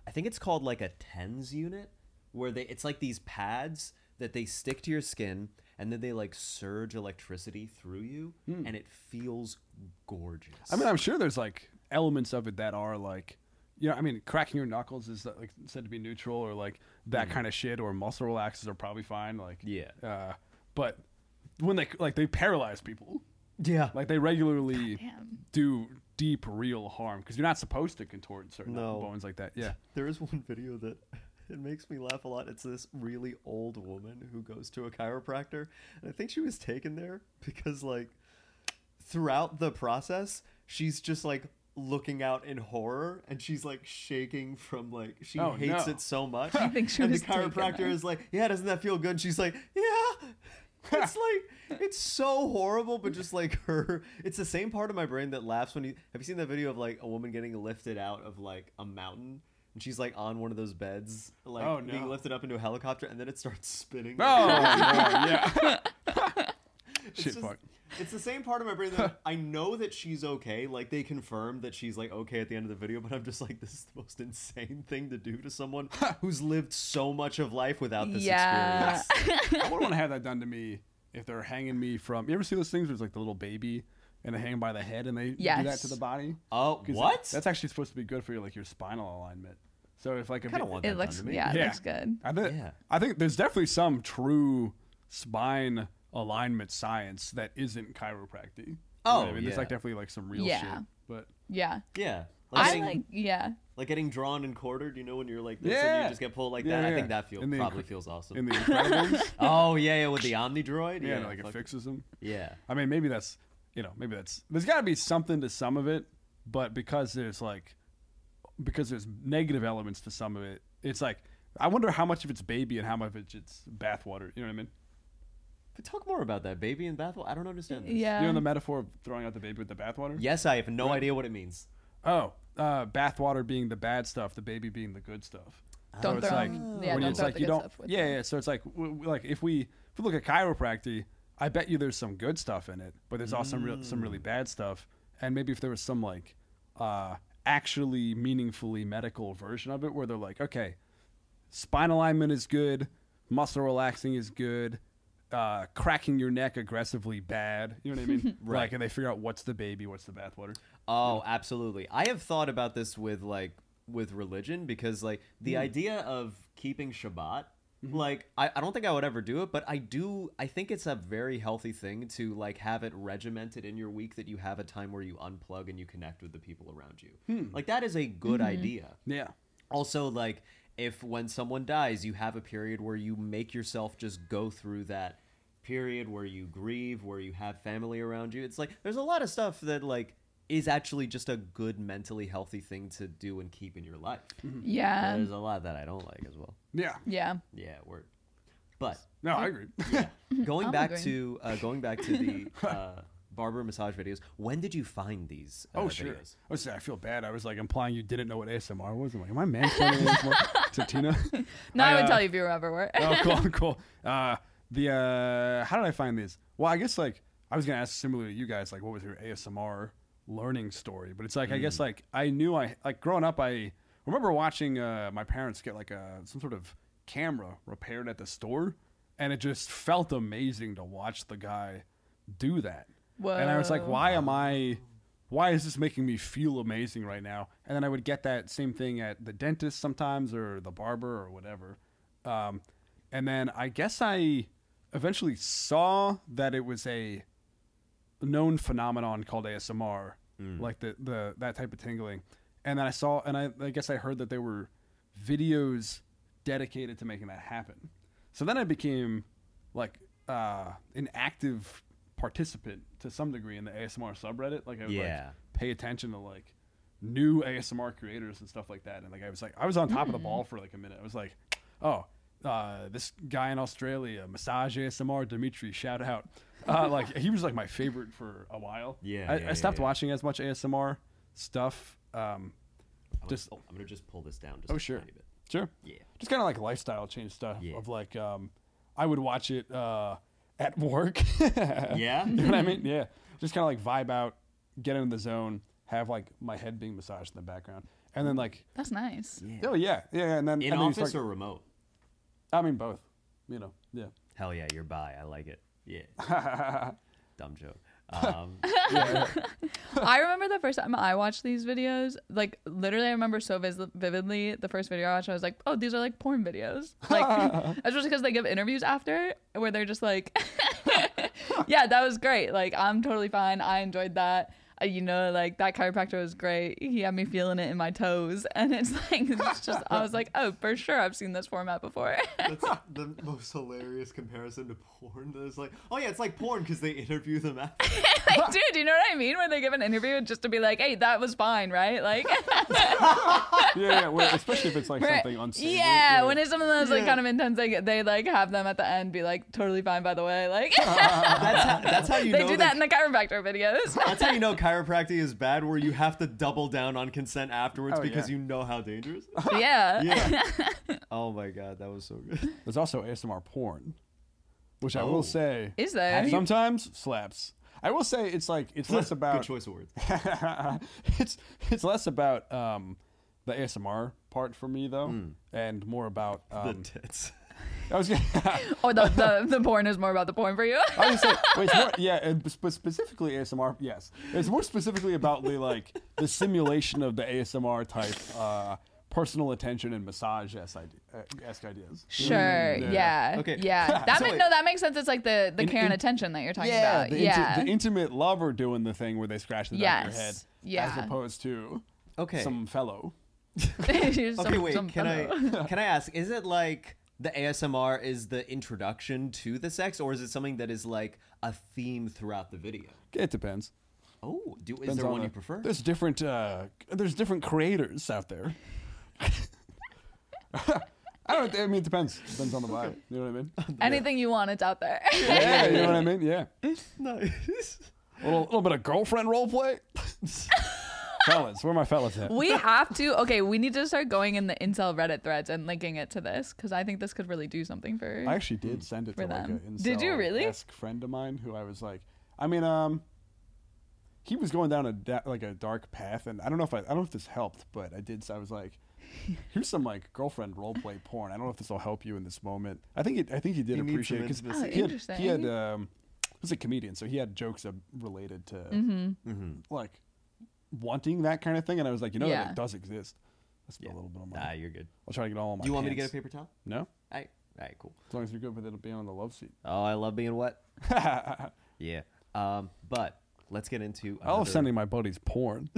Speaker 2: I think it's called like a TENS unit where they, it's like these pads that they stick to your skin and then they like surge electricity through you
Speaker 3: Hmm.
Speaker 2: and it feels gorgeous.
Speaker 1: I mean, I'm sure there's like elements of it that are like, you know, I mean, cracking your knuckles is like said to be neutral or like that kind of shit, or muscle relaxes are probably fine. Like,
Speaker 2: Mm-hmm. Yeah.
Speaker 1: Uh, but when they like they paralyze people,
Speaker 2: yeah.
Speaker 1: like they regularly
Speaker 3: Goddamn.
Speaker 1: do deep, real harm because you're not supposed to contort certain
Speaker 2: No.
Speaker 1: bones like that.
Speaker 2: [LAUGHS]
Speaker 1: Yeah.
Speaker 2: There is one video that [LAUGHS] it makes me laugh a lot. It's this really old woman who goes to a chiropractor, and I think she was taken there because like throughout the process, she's just like looking out in horror and she's like shaking from like she
Speaker 1: Oh,
Speaker 2: hates
Speaker 1: no.
Speaker 2: it so
Speaker 3: [LAUGHS]
Speaker 2: much.
Speaker 3: I think she
Speaker 2: and
Speaker 3: was
Speaker 2: the
Speaker 3: taken
Speaker 2: chiropractor
Speaker 3: there.
Speaker 2: is like, "Yeah, doesn't that feel good?" And she's like, "Yeah."
Speaker 1: [LAUGHS]
Speaker 2: It's like it's so horrible, but just like her, it's the same part of my brain that laughs when you have you seen that video of like a woman getting lifted out of like a mountain and she's like on one of those beds, like
Speaker 1: Oh,
Speaker 2: being
Speaker 1: no.
Speaker 2: lifted up into a helicopter, and then it starts spinning.
Speaker 1: Oh, yeah.
Speaker 2: [LAUGHS] It's
Speaker 1: Shit,
Speaker 2: just-
Speaker 1: fuck.
Speaker 2: It's the same part of my brain
Speaker 1: [LAUGHS]
Speaker 2: that I know that she's okay. Like they confirm that she's like okay at the end of the video, but I'm just like, this is the most insane thing to do to someone
Speaker 1: [LAUGHS]
Speaker 2: who's lived so much of life without this
Speaker 3: Yeah.
Speaker 2: experience.
Speaker 1: I would want to have that done to me if they're hanging me from. You ever see those things where it's like the little baby and they hang by the head and they do that
Speaker 3: Yes.
Speaker 1: to the body.
Speaker 2: Oh,
Speaker 1: 'Cause
Speaker 2: what?
Speaker 1: That's actually supposed to be good for your like your spinal alignment. So if like a
Speaker 2: Kinda
Speaker 1: bit-
Speaker 2: want
Speaker 3: It
Speaker 2: that
Speaker 3: looks
Speaker 2: done to me.
Speaker 3: yeah, it
Speaker 1: Yeah.
Speaker 3: looks good.
Speaker 1: I think
Speaker 2: Yeah.
Speaker 1: I think there's definitely some true spine alignment science that isn't chiropractic. You know what I
Speaker 2: Oh,
Speaker 1: mean, there's
Speaker 2: yeah.
Speaker 1: like definitely like some real
Speaker 3: Yeah.
Speaker 1: shit. But
Speaker 3: Yeah.
Speaker 2: Yeah.
Speaker 3: I
Speaker 2: getting-
Speaker 3: like yeah.
Speaker 2: like getting drawn and quartered. You know when you're like this and
Speaker 1: Yeah.
Speaker 2: you just get pulled like
Speaker 1: Yeah,
Speaker 2: that. I
Speaker 1: yeah.
Speaker 2: think that feel,
Speaker 1: In the
Speaker 2: probably
Speaker 1: incre-
Speaker 2: feels awesome. [LAUGHS]
Speaker 1: in the Incredibles,
Speaker 2: oh yeah, yeah, with the Omni Droid.
Speaker 1: yeah,
Speaker 2: Yeah,
Speaker 1: like it
Speaker 2: fuck-
Speaker 1: fixes them.
Speaker 2: Yeah.
Speaker 1: I mean, maybe that's you know, maybe that's there's got to be something to some of it, but because there's like because there's negative elements to some of it, it's like I wonder how much of it's baby and how much of it's it's bathwater. You know what I mean?
Speaker 2: But talk more about that baby in bathwater. I don't understand this.
Speaker 1: you know
Speaker 3: Yeah.
Speaker 1: the metaphor of throwing out the baby with the bathwater?
Speaker 2: Yes, I have no idea what it means.
Speaker 1: Oh, uh, bathwater being the bad stuff, the baby being the good stuff.
Speaker 3: Don't
Speaker 1: it's
Speaker 3: throw
Speaker 1: like-
Speaker 3: them- yeah,
Speaker 1: When
Speaker 3: don't
Speaker 1: it's
Speaker 3: throw
Speaker 1: like
Speaker 3: the
Speaker 1: you
Speaker 3: good
Speaker 1: don't-
Speaker 3: stuff with
Speaker 1: yeah,
Speaker 3: them.
Speaker 1: yeah. So it's like, w- w- like if we if we look at chiropractic, I bet you there's some good stuff in it, but there's also some real, some really bad stuff. And maybe if there was some like uh, actually meaningfully medical version of it, where they're like, okay, spine alignment is good, muscle relaxing is good, uh, cracking your neck aggressively bad. You know what I
Speaker 3: [LAUGHS]
Speaker 1: mean?
Speaker 2: Right.
Speaker 1: Like, and they figure out what's the baby, what's the bathwater.
Speaker 2: Oh, absolutely. I have thought about this with like with religion because like the idea of keeping Shabbat, like I, I don't think I would ever do it, but I do I think it's a very healthy thing to like have it regimented in your week that you have a time where you unplug and you connect with the people around you. Like that is a good idea.
Speaker 1: Yeah.
Speaker 2: Also, like, if when someone dies, you have a period where you make yourself just go through that period where you grieve, where you have family around you. It's like there's a lot of stuff that like is actually just a good mentally healthy thing to do and keep in your life.
Speaker 1: Mm-hmm.
Speaker 3: Yeah.
Speaker 2: there's a lot that I don't like as well.
Speaker 1: Yeah.
Speaker 3: Yeah.
Speaker 2: Yeah, word.
Speaker 3: [LAUGHS]
Speaker 2: But
Speaker 1: No, I agree.
Speaker 2: yeah, going
Speaker 3: I'm
Speaker 2: back
Speaker 3: agreeing.
Speaker 2: to uh, going back to
Speaker 3: [LAUGHS]
Speaker 2: the uh, barber massage videos. When did you find these? Uh,
Speaker 1: Oh, sure.
Speaker 2: videos?
Speaker 1: Oh, sorry, I feel bad. I was like implying you didn't know what ASMR was. I'm like, am I mansplaining ASMR to Tina?
Speaker 3: No, I,
Speaker 1: uh,
Speaker 3: would tell you if you remember where.
Speaker 1: [LAUGHS] Oh, cool, cool. Uh, the uh, how did I find these? Well, I guess like I was gonna ask similarly to you guys, like what was your ASMR learning story? But it's like I guess like I knew I like growing up, I remember watching uh, my parents get like a some sort of camera repaired at the store, and it just felt amazing to watch the guy do that. And I was like,
Speaker 3: Whoa.
Speaker 1: why am I? Why is this making me feel amazing right now? And then I would get that same thing at the dentist sometimes, or the barber, or whatever. Um, and then I guess I eventually saw that it was a known phenomenon called ASMR, like the the that type of tingling. And then I saw, and I, I guess I heard that there were videos dedicated to making that happen. So then I became like uh, an active participant to some degree in the ASMR subreddit. Like I would
Speaker 2: Yeah.
Speaker 1: like pay attention to like new ASMR creators and stuff like that. And like I was like I was on top of the
Speaker 2: Hmm.
Speaker 1: ball for like a minute. I was like, oh, uh, this guy in Australia, massage ASMR, Dimitri, shout out.
Speaker 2: [LAUGHS]
Speaker 1: Uh, like he was like my favorite for a while.
Speaker 2: Yeah,
Speaker 1: I,
Speaker 2: yeah,
Speaker 1: I stopped
Speaker 2: yeah, yeah.
Speaker 1: watching as much ASMR stuff. Um,
Speaker 2: I'm
Speaker 1: Just-
Speaker 2: gonna, oh, I'm gonna just pull this down. Just
Speaker 1: oh
Speaker 2: a
Speaker 1: sure,
Speaker 2: tiny bit.
Speaker 1: sure.
Speaker 2: Yeah.
Speaker 1: Just kind of like lifestyle change stuff
Speaker 2: Yeah.
Speaker 1: of like um, I would watch it uh, at work. [LAUGHS]
Speaker 2: Yeah.
Speaker 1: You know what [LAUGHS] I mean? Yeah. Just kind of like vibe out, get into the zone, have like my head being massaged in the background, and then like,
Speaker 3: [LAUGHS] That's nice.
Speaker 1: oh yeah, yeah, yeah, and then and
Speaker 2: In
Speaker 1: then you
Speaker 2: office
Speaker 1: start-
Speaker 2: or remote?
Speaker 1: I mean both, you know, yeah.
Speaker 2: Hell yeah, you're bi. I like it. Yeah.
Speaker 1: [LAUGHS]
Speaker 2: Dumb [LAUGHS] joke. Um,
Speaker 3: I remember the first time I watched these videos. Like literally, I remember so vis- vividly the first video I watched. I was like, "Oh, these are like porn videos." Like, especially because they give interviews after where they're just like, [LAUGHS] "Yeah, that was great. Like, I'm totally fine. I enjoyed that. Uh, you know, like that chiropractor was great. He had me feeling it in my toes." [LAUGHS] And it's like, it's just I was like, "Oh, for sure, I've seen this format before." [LAUGHS]
Speaker 2: that's the most hilarious comparison to porn. There's like, oh yeah, it's like porn because they interview them after.
Speaker 3: like, dude, you know what I mean? Where they give an interview just to be like, "Hey, that was fine, right?" Like.
Speaker 1: yeah, yeah. well, especially if it's like
Speaker 3: Right.
Speaker 1: something unsavory.
Speaker 3: Yeah, when it's something that's like
Speaker 2: Yeah.
Speaker 3: kind of intense, like they like have them at the end be like totally fine. By the way, like
Speaker 2: [LAUGHS] That's how, that's how you
Speaker 3: [LAUGHS] they
Speaker 2: know
Speaker 3: do that in the chiropractor videos.
Speaker 2: [LAUGHS] That's how you know chiropractic is bad, where you have to double down on consent afterwards
Speaker 1: Oh,
Speaker 2: because
Speaker 1: yeah.
Speaker 2: you know how dangerous.
Speaker 3: yeah.
Speaker 2: yeah. Oh my god, that was so good.
Speaker 1: There's also ASMR porn, which I
Speaker 2: Oh.
Speaker 1: will say
Speaker 3: is there?
Speaker 1: sometimes slaps. I will say it's like it's less
Speaker 2: [LAUGHS] good
Speaker 1: about
Speaker 2: choice of words.
Speaker 1: [LAUGHS] it's it's less about um, the ASMR part for me though, and more about um,
Speaker 2: the tits.
Speaker 1: I was gonna,
Speaker 3: Or the, the, the porn is more about the porn for you.
Speaker 1: I was gonna say, wait, it's more, yeah, and sp- specifically ASMR. Yes, it's more specifically about the like the simulation of the ASMR type uh, personal attention and massage uh, esque ideas.
Speaker 3: Sure.
Speaker 1: Mm,
Speaker 3: yeah.
Speaker 2: Okay.
Speaker 3: Yeah. That
Speaker 2: So
Speaker 3: ma-
Speaker 2: wait.
Speaker 3: no, that makes sense. It's like the the
Speaker 1: In-
Speaker 3: care and
Speaker 1: in-
Speaker 3: attention that you're talking
Speaker 1: yeah,
Speaker 3: about.
Speaker 1: the, inti-
Speaker 3: yeah. [LAUGHS]
Speaker 1: the intimate lover doing the thing where they scratch the back of your head,
Speaker 3: Yes, yeah.
Speaker 1: as opposed to
Speaker 2: Okay.
Speaker 1: some fellow.
Speaker 3: okay.
Speaker 2: okay, wait.
Speaker 1: [LAUGHS]
Speaker 2: can
Speaker 3: [LAUGHS]
Speaker 2: I [LAUGHS] can I ask? Is it like the ASMR is the introduction to the sex, or is it something that is like a theme throughout the video?
Speaker 1: It depends.
Speaker 2: Oh, do, is
Speaker 1: Depends
Speaker 2: there
Speaker 1: on
Speaker 2: one
Speaker 1: the-
Speaker 2: you prefer?
Speaker 1: There's different. Uh, there's different creators out there. [LAUGHS] I don't. I mean, it depends. Depends on the vibe. You know what I mean?
Speaker 3: Anything you want, it's out there.
Speaker 1: Yeah, you know what I mean? Yeah.
Speaker 2: [LAUGHS] Nice.
Speaker 1: A little, little bit of girlfriend role play. [LAUGHS] fellas, where are my fellas at?
Speaker 3: we have to. Okay, we need to start going in the incel Reddit threads and linking it to this because I think this could really do something for.
Speaker 1: I actually did send it
Speaker 3: Hmm. For
Speaker 1: to like
Speaker 3: them.
Speaker 1: an
Speaker 3: Did you really?
Speaker 1: Ask friend of mine who I was like, I mean, um, he was going down a da- like a dark path, and I don't know if I, I don't know if this helped, but I did. I was like,
Speaker 3: [LAUGHS]
Speaker 1: here's some like girlfriend role play porn. I don't know if this will help you in this moment. I think it, I think he did
Speaker 2: You need
Speaker 1: appreciate it
Speaker 2: some
Speaker 1: because
Speaker 2: intimacy.
Speaker 1: he had,
Speaker 3: Oh, interesting.
Speaker 1: he had um, he was a comedian, so he had jokes uh, related to
Speaker 3: Mm-hmm.
Speaker 2: Mm-hmm.
Speaker 1: like wanting that kind of thing, and I was like, you know, that
Speaker 3: Yeah.
Speaker 1: it does exist. Let's put
Speaker 2: Yeah.
Speaker 1: a little bit of money.
Speaker 2: Ah, you're good.
Speaker 1: I'll try to get all on my.
Speaker 2: Do you want me to get a
Speaker 1: pants.
Speaker 2: paper towel?
Speaker 1: No,
Speaker 2: All right. All right. Cool.
Speaker 1: as long as you're good with it, it'll be on the love seat.
Speaker 2: Oh, I love being
Speaker 1: [LAUGHS]
Speaker 2: wet.
Speaker 1: I
Speaker 2: Yeah. Um, but let's get into.
Speaker 1: love
Speaker 2: another-
Speaker 1: sending my buddies
Speaker 2: [LAUGHS]
Speaker 1: porn.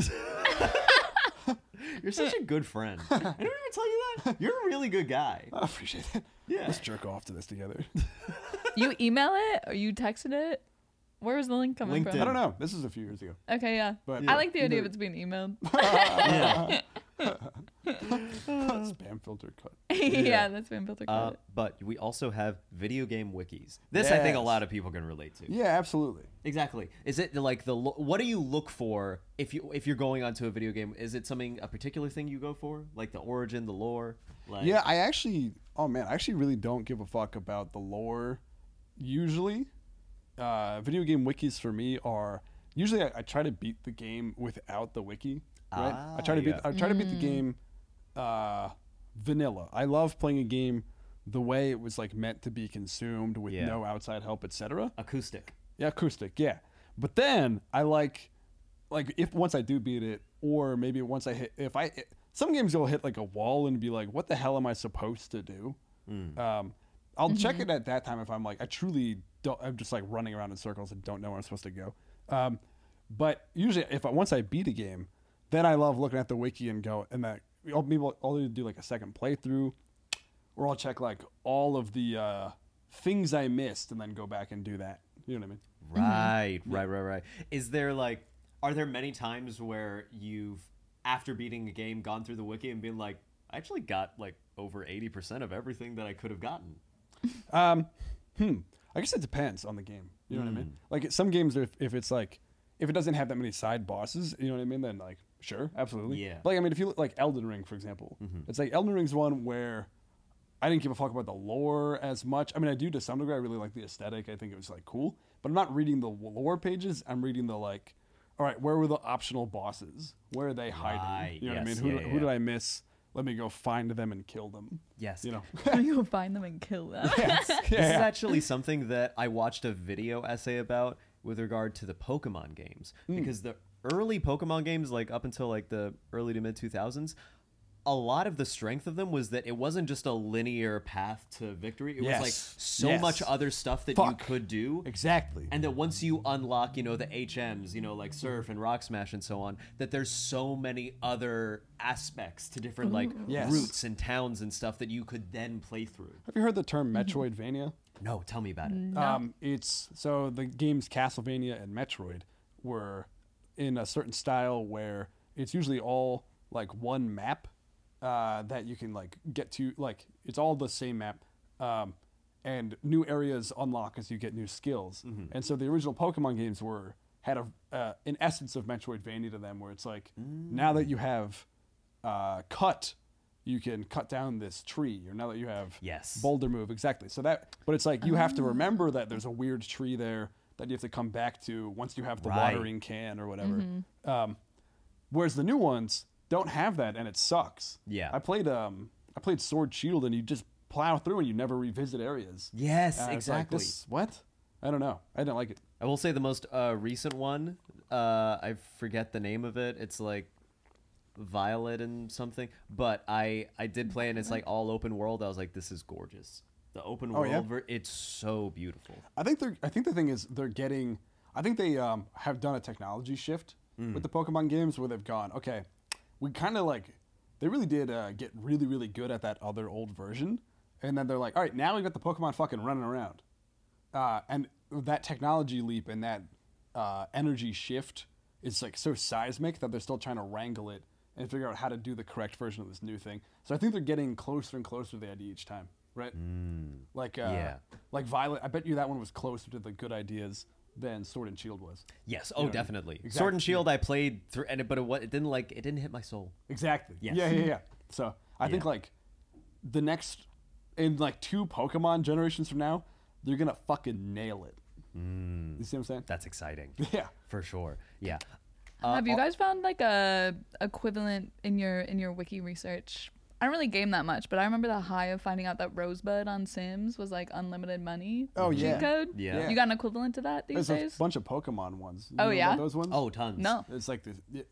Speaker 2: You're such a
Speaker 1: [LAUGHS]
Speaker 2: good friend. I didn't even tell you that. You're a really good guy.
Speaker 1: I appreciate that.
Speaker 2: Yeah.
Speaker 1: Let's jerk off to this together.
Speaker 3: [LAUGHS] you email it or you texted it. Where was the link coming
Speaker 1: I
Speaker 2: LinkedIn.
Speaker 3: from?
Speaker 1: don't know. This is a few years
Speaker 2: [LAUGHS]
Speaker 1: ago.
Speaker 3: Okay, yeah.
Speaker 1: But-
Speaker 3: I like the
Speaker 1: Yeah.
Speaker 3: idea of it's
Speaker 1: [LAUGHS]
Speaker 3: being emailed. [LAUGHS]
Speaker 1: [LAUGHS] Spam filter cut.
Speaker 3: yeah. that's been built.
Speaker 2: Uh,
Speaker 3: Uh,
Speaker 2: but we also have video game wikis. This I think a
Speaker 1: Yes.
Speaker 2: lot of people can relate to.
Speaker 1: Yeah, absolutely.
Speaker 2: Exactly. Is it like the lo- what do you look for if you if you're going onto a video game? Is it something a particular thing you go for, like the origin, the lore? Like,
Speaker 1: Yeah, I actually. Oh man, I actually really don't give a fuck about the lore. Usually, uh, video game wikis for me are usually I, I try to beat the game without the wiki. Right?
Speaker 2: Ah,
Speaker 1: I try to beat.
Speaker 2: yeah.
Speaker 1: I try to beat the game uh, vanilla. I love playing a game the way it was like meant to be consumed with
Speaker 2: Yeah.
Speaker 1: no outside help, etc.
Speaker 2: acoustic.
Speaker 1: Yeah, acoustic. Yeah, but then I like, like if once I do beat it, or maybe once I hit, if I some games you'll hit like a wall and be like, what the hell am I supposed to do? Um, I'll check it at that time if I'm like I truly don't. I'm just like running around in circles and don't know where I'm supposed to go. Um, but usually, if I, once I beat a game, then I love looking at the wiki and go and that. I'll, maybe I'll, I'll do like a second playthrough, or I'll check like all of the uh, things I missed and then go back and do that. You know what I mean?
Speaker 2: Right, right, right, right. Is there like, are there many times where you've, after beating a game, gone through the wiki and been like, I actually got like over 80% of everything that I could have gotten?
Speaker 1: Um, hmm. I guess it depends on the game. You know what I mean?
Speaker 2: Hmm.
Speaker 1: Like some games, if, if it's like if it doesn't have that many side bosses, you know what I mean? Then like sure, absolutely.
Speaker 2: Yeah. Mm-hmm.
Speaker 1: Like I mean, if you look like Elden Ring, for example, it's like Elden Ring's one where I didn't give a fuck about the lore as much. I mean, I do to some degree. I really like the aesthetic. I think it was like cool, but I'm not reading the lore pages. I'm reading the like, all right, where were the optional bosses? Where are they hiding?
Speaker 2: Right,
Speaker 1: You know
Speaker 2: yes,
Speaker 1: what I mean? Who,
Speaker 2: yeah, yeah,
Speaker 1: who did
Speaker 2: yeah.
Speaker 1: I miss? Let me go find them and kill them.
Speaker 2: Yes.
Speaker 1: You
Speaker 2: [LAUGHS]
Speaker 1: know.
Speaker 3: [LAUGHS] you find them and kill
Speaker 1: [LAUGHS]
Speaker 3: them.
Speaker 2: This is actually something that I watched a video essay about with regard to the Pokemon games
Speaker 1: Hmm.
Speaker 2: because the early Pokemon games, like up until like the early to mid 2000s, a lot of the strength of them was that it wasn't just a linear path to victory. It was like
Speaker 1: Yes.
Speaker 2: so
Speaker 1: Yes.
Speaker 2: much other stuff that
Speaker 1: Fuck.
Speaker 2: you could do.
Speaker 1: Exactly.
Speaker 2: And that once you unlock, you know, the HMs, you know, like Surf and Rock Smash and so on, that there's so many other aspects to different like
Speaker 1: Yes.
Speaker 2: routes and towns and stuff that you could then play through.
Speaker 1: Have you heard the term Metroidvania?
Speaker 2: Mm-hmm. No, tell me about it.
Speaker 1: Um, it's so the games Castlevania and Metroid were in a certain style where it's usually all like one map uh, that you can like get to. Like it's all the same map, um, and new areas unlock as you get new skills.
Speaker 2: Mm-hmm.
Speaker 1: And so the original Pokemon games were had a uh, an essence of Metroidvania to them, where it's like now
Speaker 2: Mm.
Speaker 1: that you have uh, cut. You can cut down this tree, or now that you have
Speaker 2: Yes. Oh.
Speaker 1: boulder move exactly so that but it's like you have to remember that there's a weird tree there that you have to come back to once you have the
Speaker 2: Right. Mm-hmm.
Speaker 1: watering can or whatever um, whereas the new ones don't have that and it sucks
Speaker 2: Yeah.
Speaker 1: i played um i played sword shield and you just plow through and you never revisit areas.
Speaker 2: Yes,
Speaker 1: And I was like,
Speaker 2: exactly.
Speaker 1: "This- what? I don't know. I didn't like it.
Speaker 2: I will say the most uh, recent one. Uh, I forget the name of it. It's like Violet and something. But I I did play and it's like all open world. I was like, this is gorgeous. The open
Speaker 1: Oh,
Speaker 2: world,
Speaker 1: yeah?
Speaker 2: ver- it's so beautiful.
Speaker 1: I think they're. I think the thing is they're getting. I think they um, have done a technology shift with the Pokemon games where they've gone. Okay, we kind of like. They really did uh, get really really good at that other old version, and then they're like, all right, now we've got the Pokemon fucking running around, uh, and that technology leap and that uh, energy shift is like so seismic that they're still trying to wrangle it and figure out how to do the correct version of this new thing. So I think they're getting closer and closer to the idea each time, right? Like uh,
Speaker 2: Yeah.
Speaker 1: like Violet. I bet you that one was closer to the good ideas than Sword and Shield was.
Speaker 2: Yes. Oh, definitely. Sword
Speaker 1: Exactly,
Speaker 2: and Shield. I played through, and it, but it, wa- it didn't like it didn't hit my soul.
Speaker 1: Exactly.
Speaker 2: Yes.
Speaker 1: Yeah, yeah, yeah. So I think
Speaker 2: Yeah.
Speaker 1: like the next in like two Pokemon generations from now, they're gonna fucking nail it.
Speaker 2: Mm.
Speaker 1: You see what I'm saying?
Speaker 2: That's exciting.
Speaker 1: [LAUGHS] Yeah.
Speaker 2: For sure. Yeah.
Speaker 3: Have
Speaker 1: uh,
Speaker 3: you guys found like a equivalent in your in your wiki research? I don't really game that much, but I remember the high of finding out that Rosebud on Sims was like unlimited money.
Speaker 1: Oh,
Speaker 3: cheat
Speaker 1: yeah.
Speaker 3: code.
Speaker 2: Yeah.
Speaker 3: You got an equivalent to that these
Speaker 1: There's a
Speaker 3: days?
Speaker 1: bunch of Pokemon ones. You
Speaker 3: Oh,
Speaker 1: know about
Speaker 3: yeah?
Speaker 1: those ones.
Speaker 2: Oh, tons.
Speaker 3: no.
Speaker 1: it's like this the,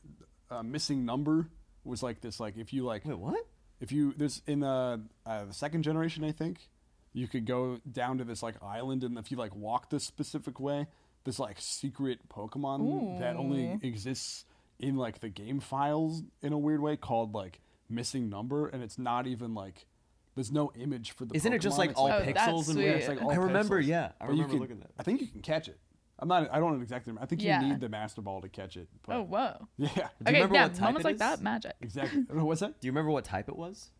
Speaker 1: uh, missing number was like this. Like if you like
Speaker 2: Wait, what?
Speaker 1: if you there's in uh, uh, the second generation i think you could go down to this like island and if you like walk this specific way this like secret pokemon that only exists in like the game files in a weird way called like missing number and it's not even like there's no image for the
Speaker 2: Isn't it just
Speaker 1: Pokemon,
Speaker 2: like
Speaker 1: it's,
Speaker 2: all
Speaker 3: like- Oh, that's
Speaker 2: pixels and
Speaker 3: sweet.
Speaker 1: yeah,
Speaker 2: weird?
Speaker 1: it's, like,
Speaker 2: I
Speaker 1: all
Speaker 2: remember.
Speaker 1: pixels.
Speaker 2: Yeah,
Speaker 1: But
Speaker 2: I
Speaker 1: you
Speaker 2: remember
Speaker 1: can-
Speaker 2: looking at.
Speaker 1: i think you can catch it i'm not i don't know exactly i think you
Speaker 3: Yeah.
Speaker 1: need the master ball to catch it but
Speaker 3: Oh whoa.
Speaker 1: [LAUGHS] yeah
Speaker 2: you
Speaker 3: okay,
Speaker 2: remember
Speaker 3: yeah,
Speaker 2: what type
Speaker 3: moments
Speaker 2: it
Speaker 3: like that,
Speaker 2: is?
Speaker 3: magic.
Speaker 1: exactly what's that
Speaker 2: Do you remember what type it was?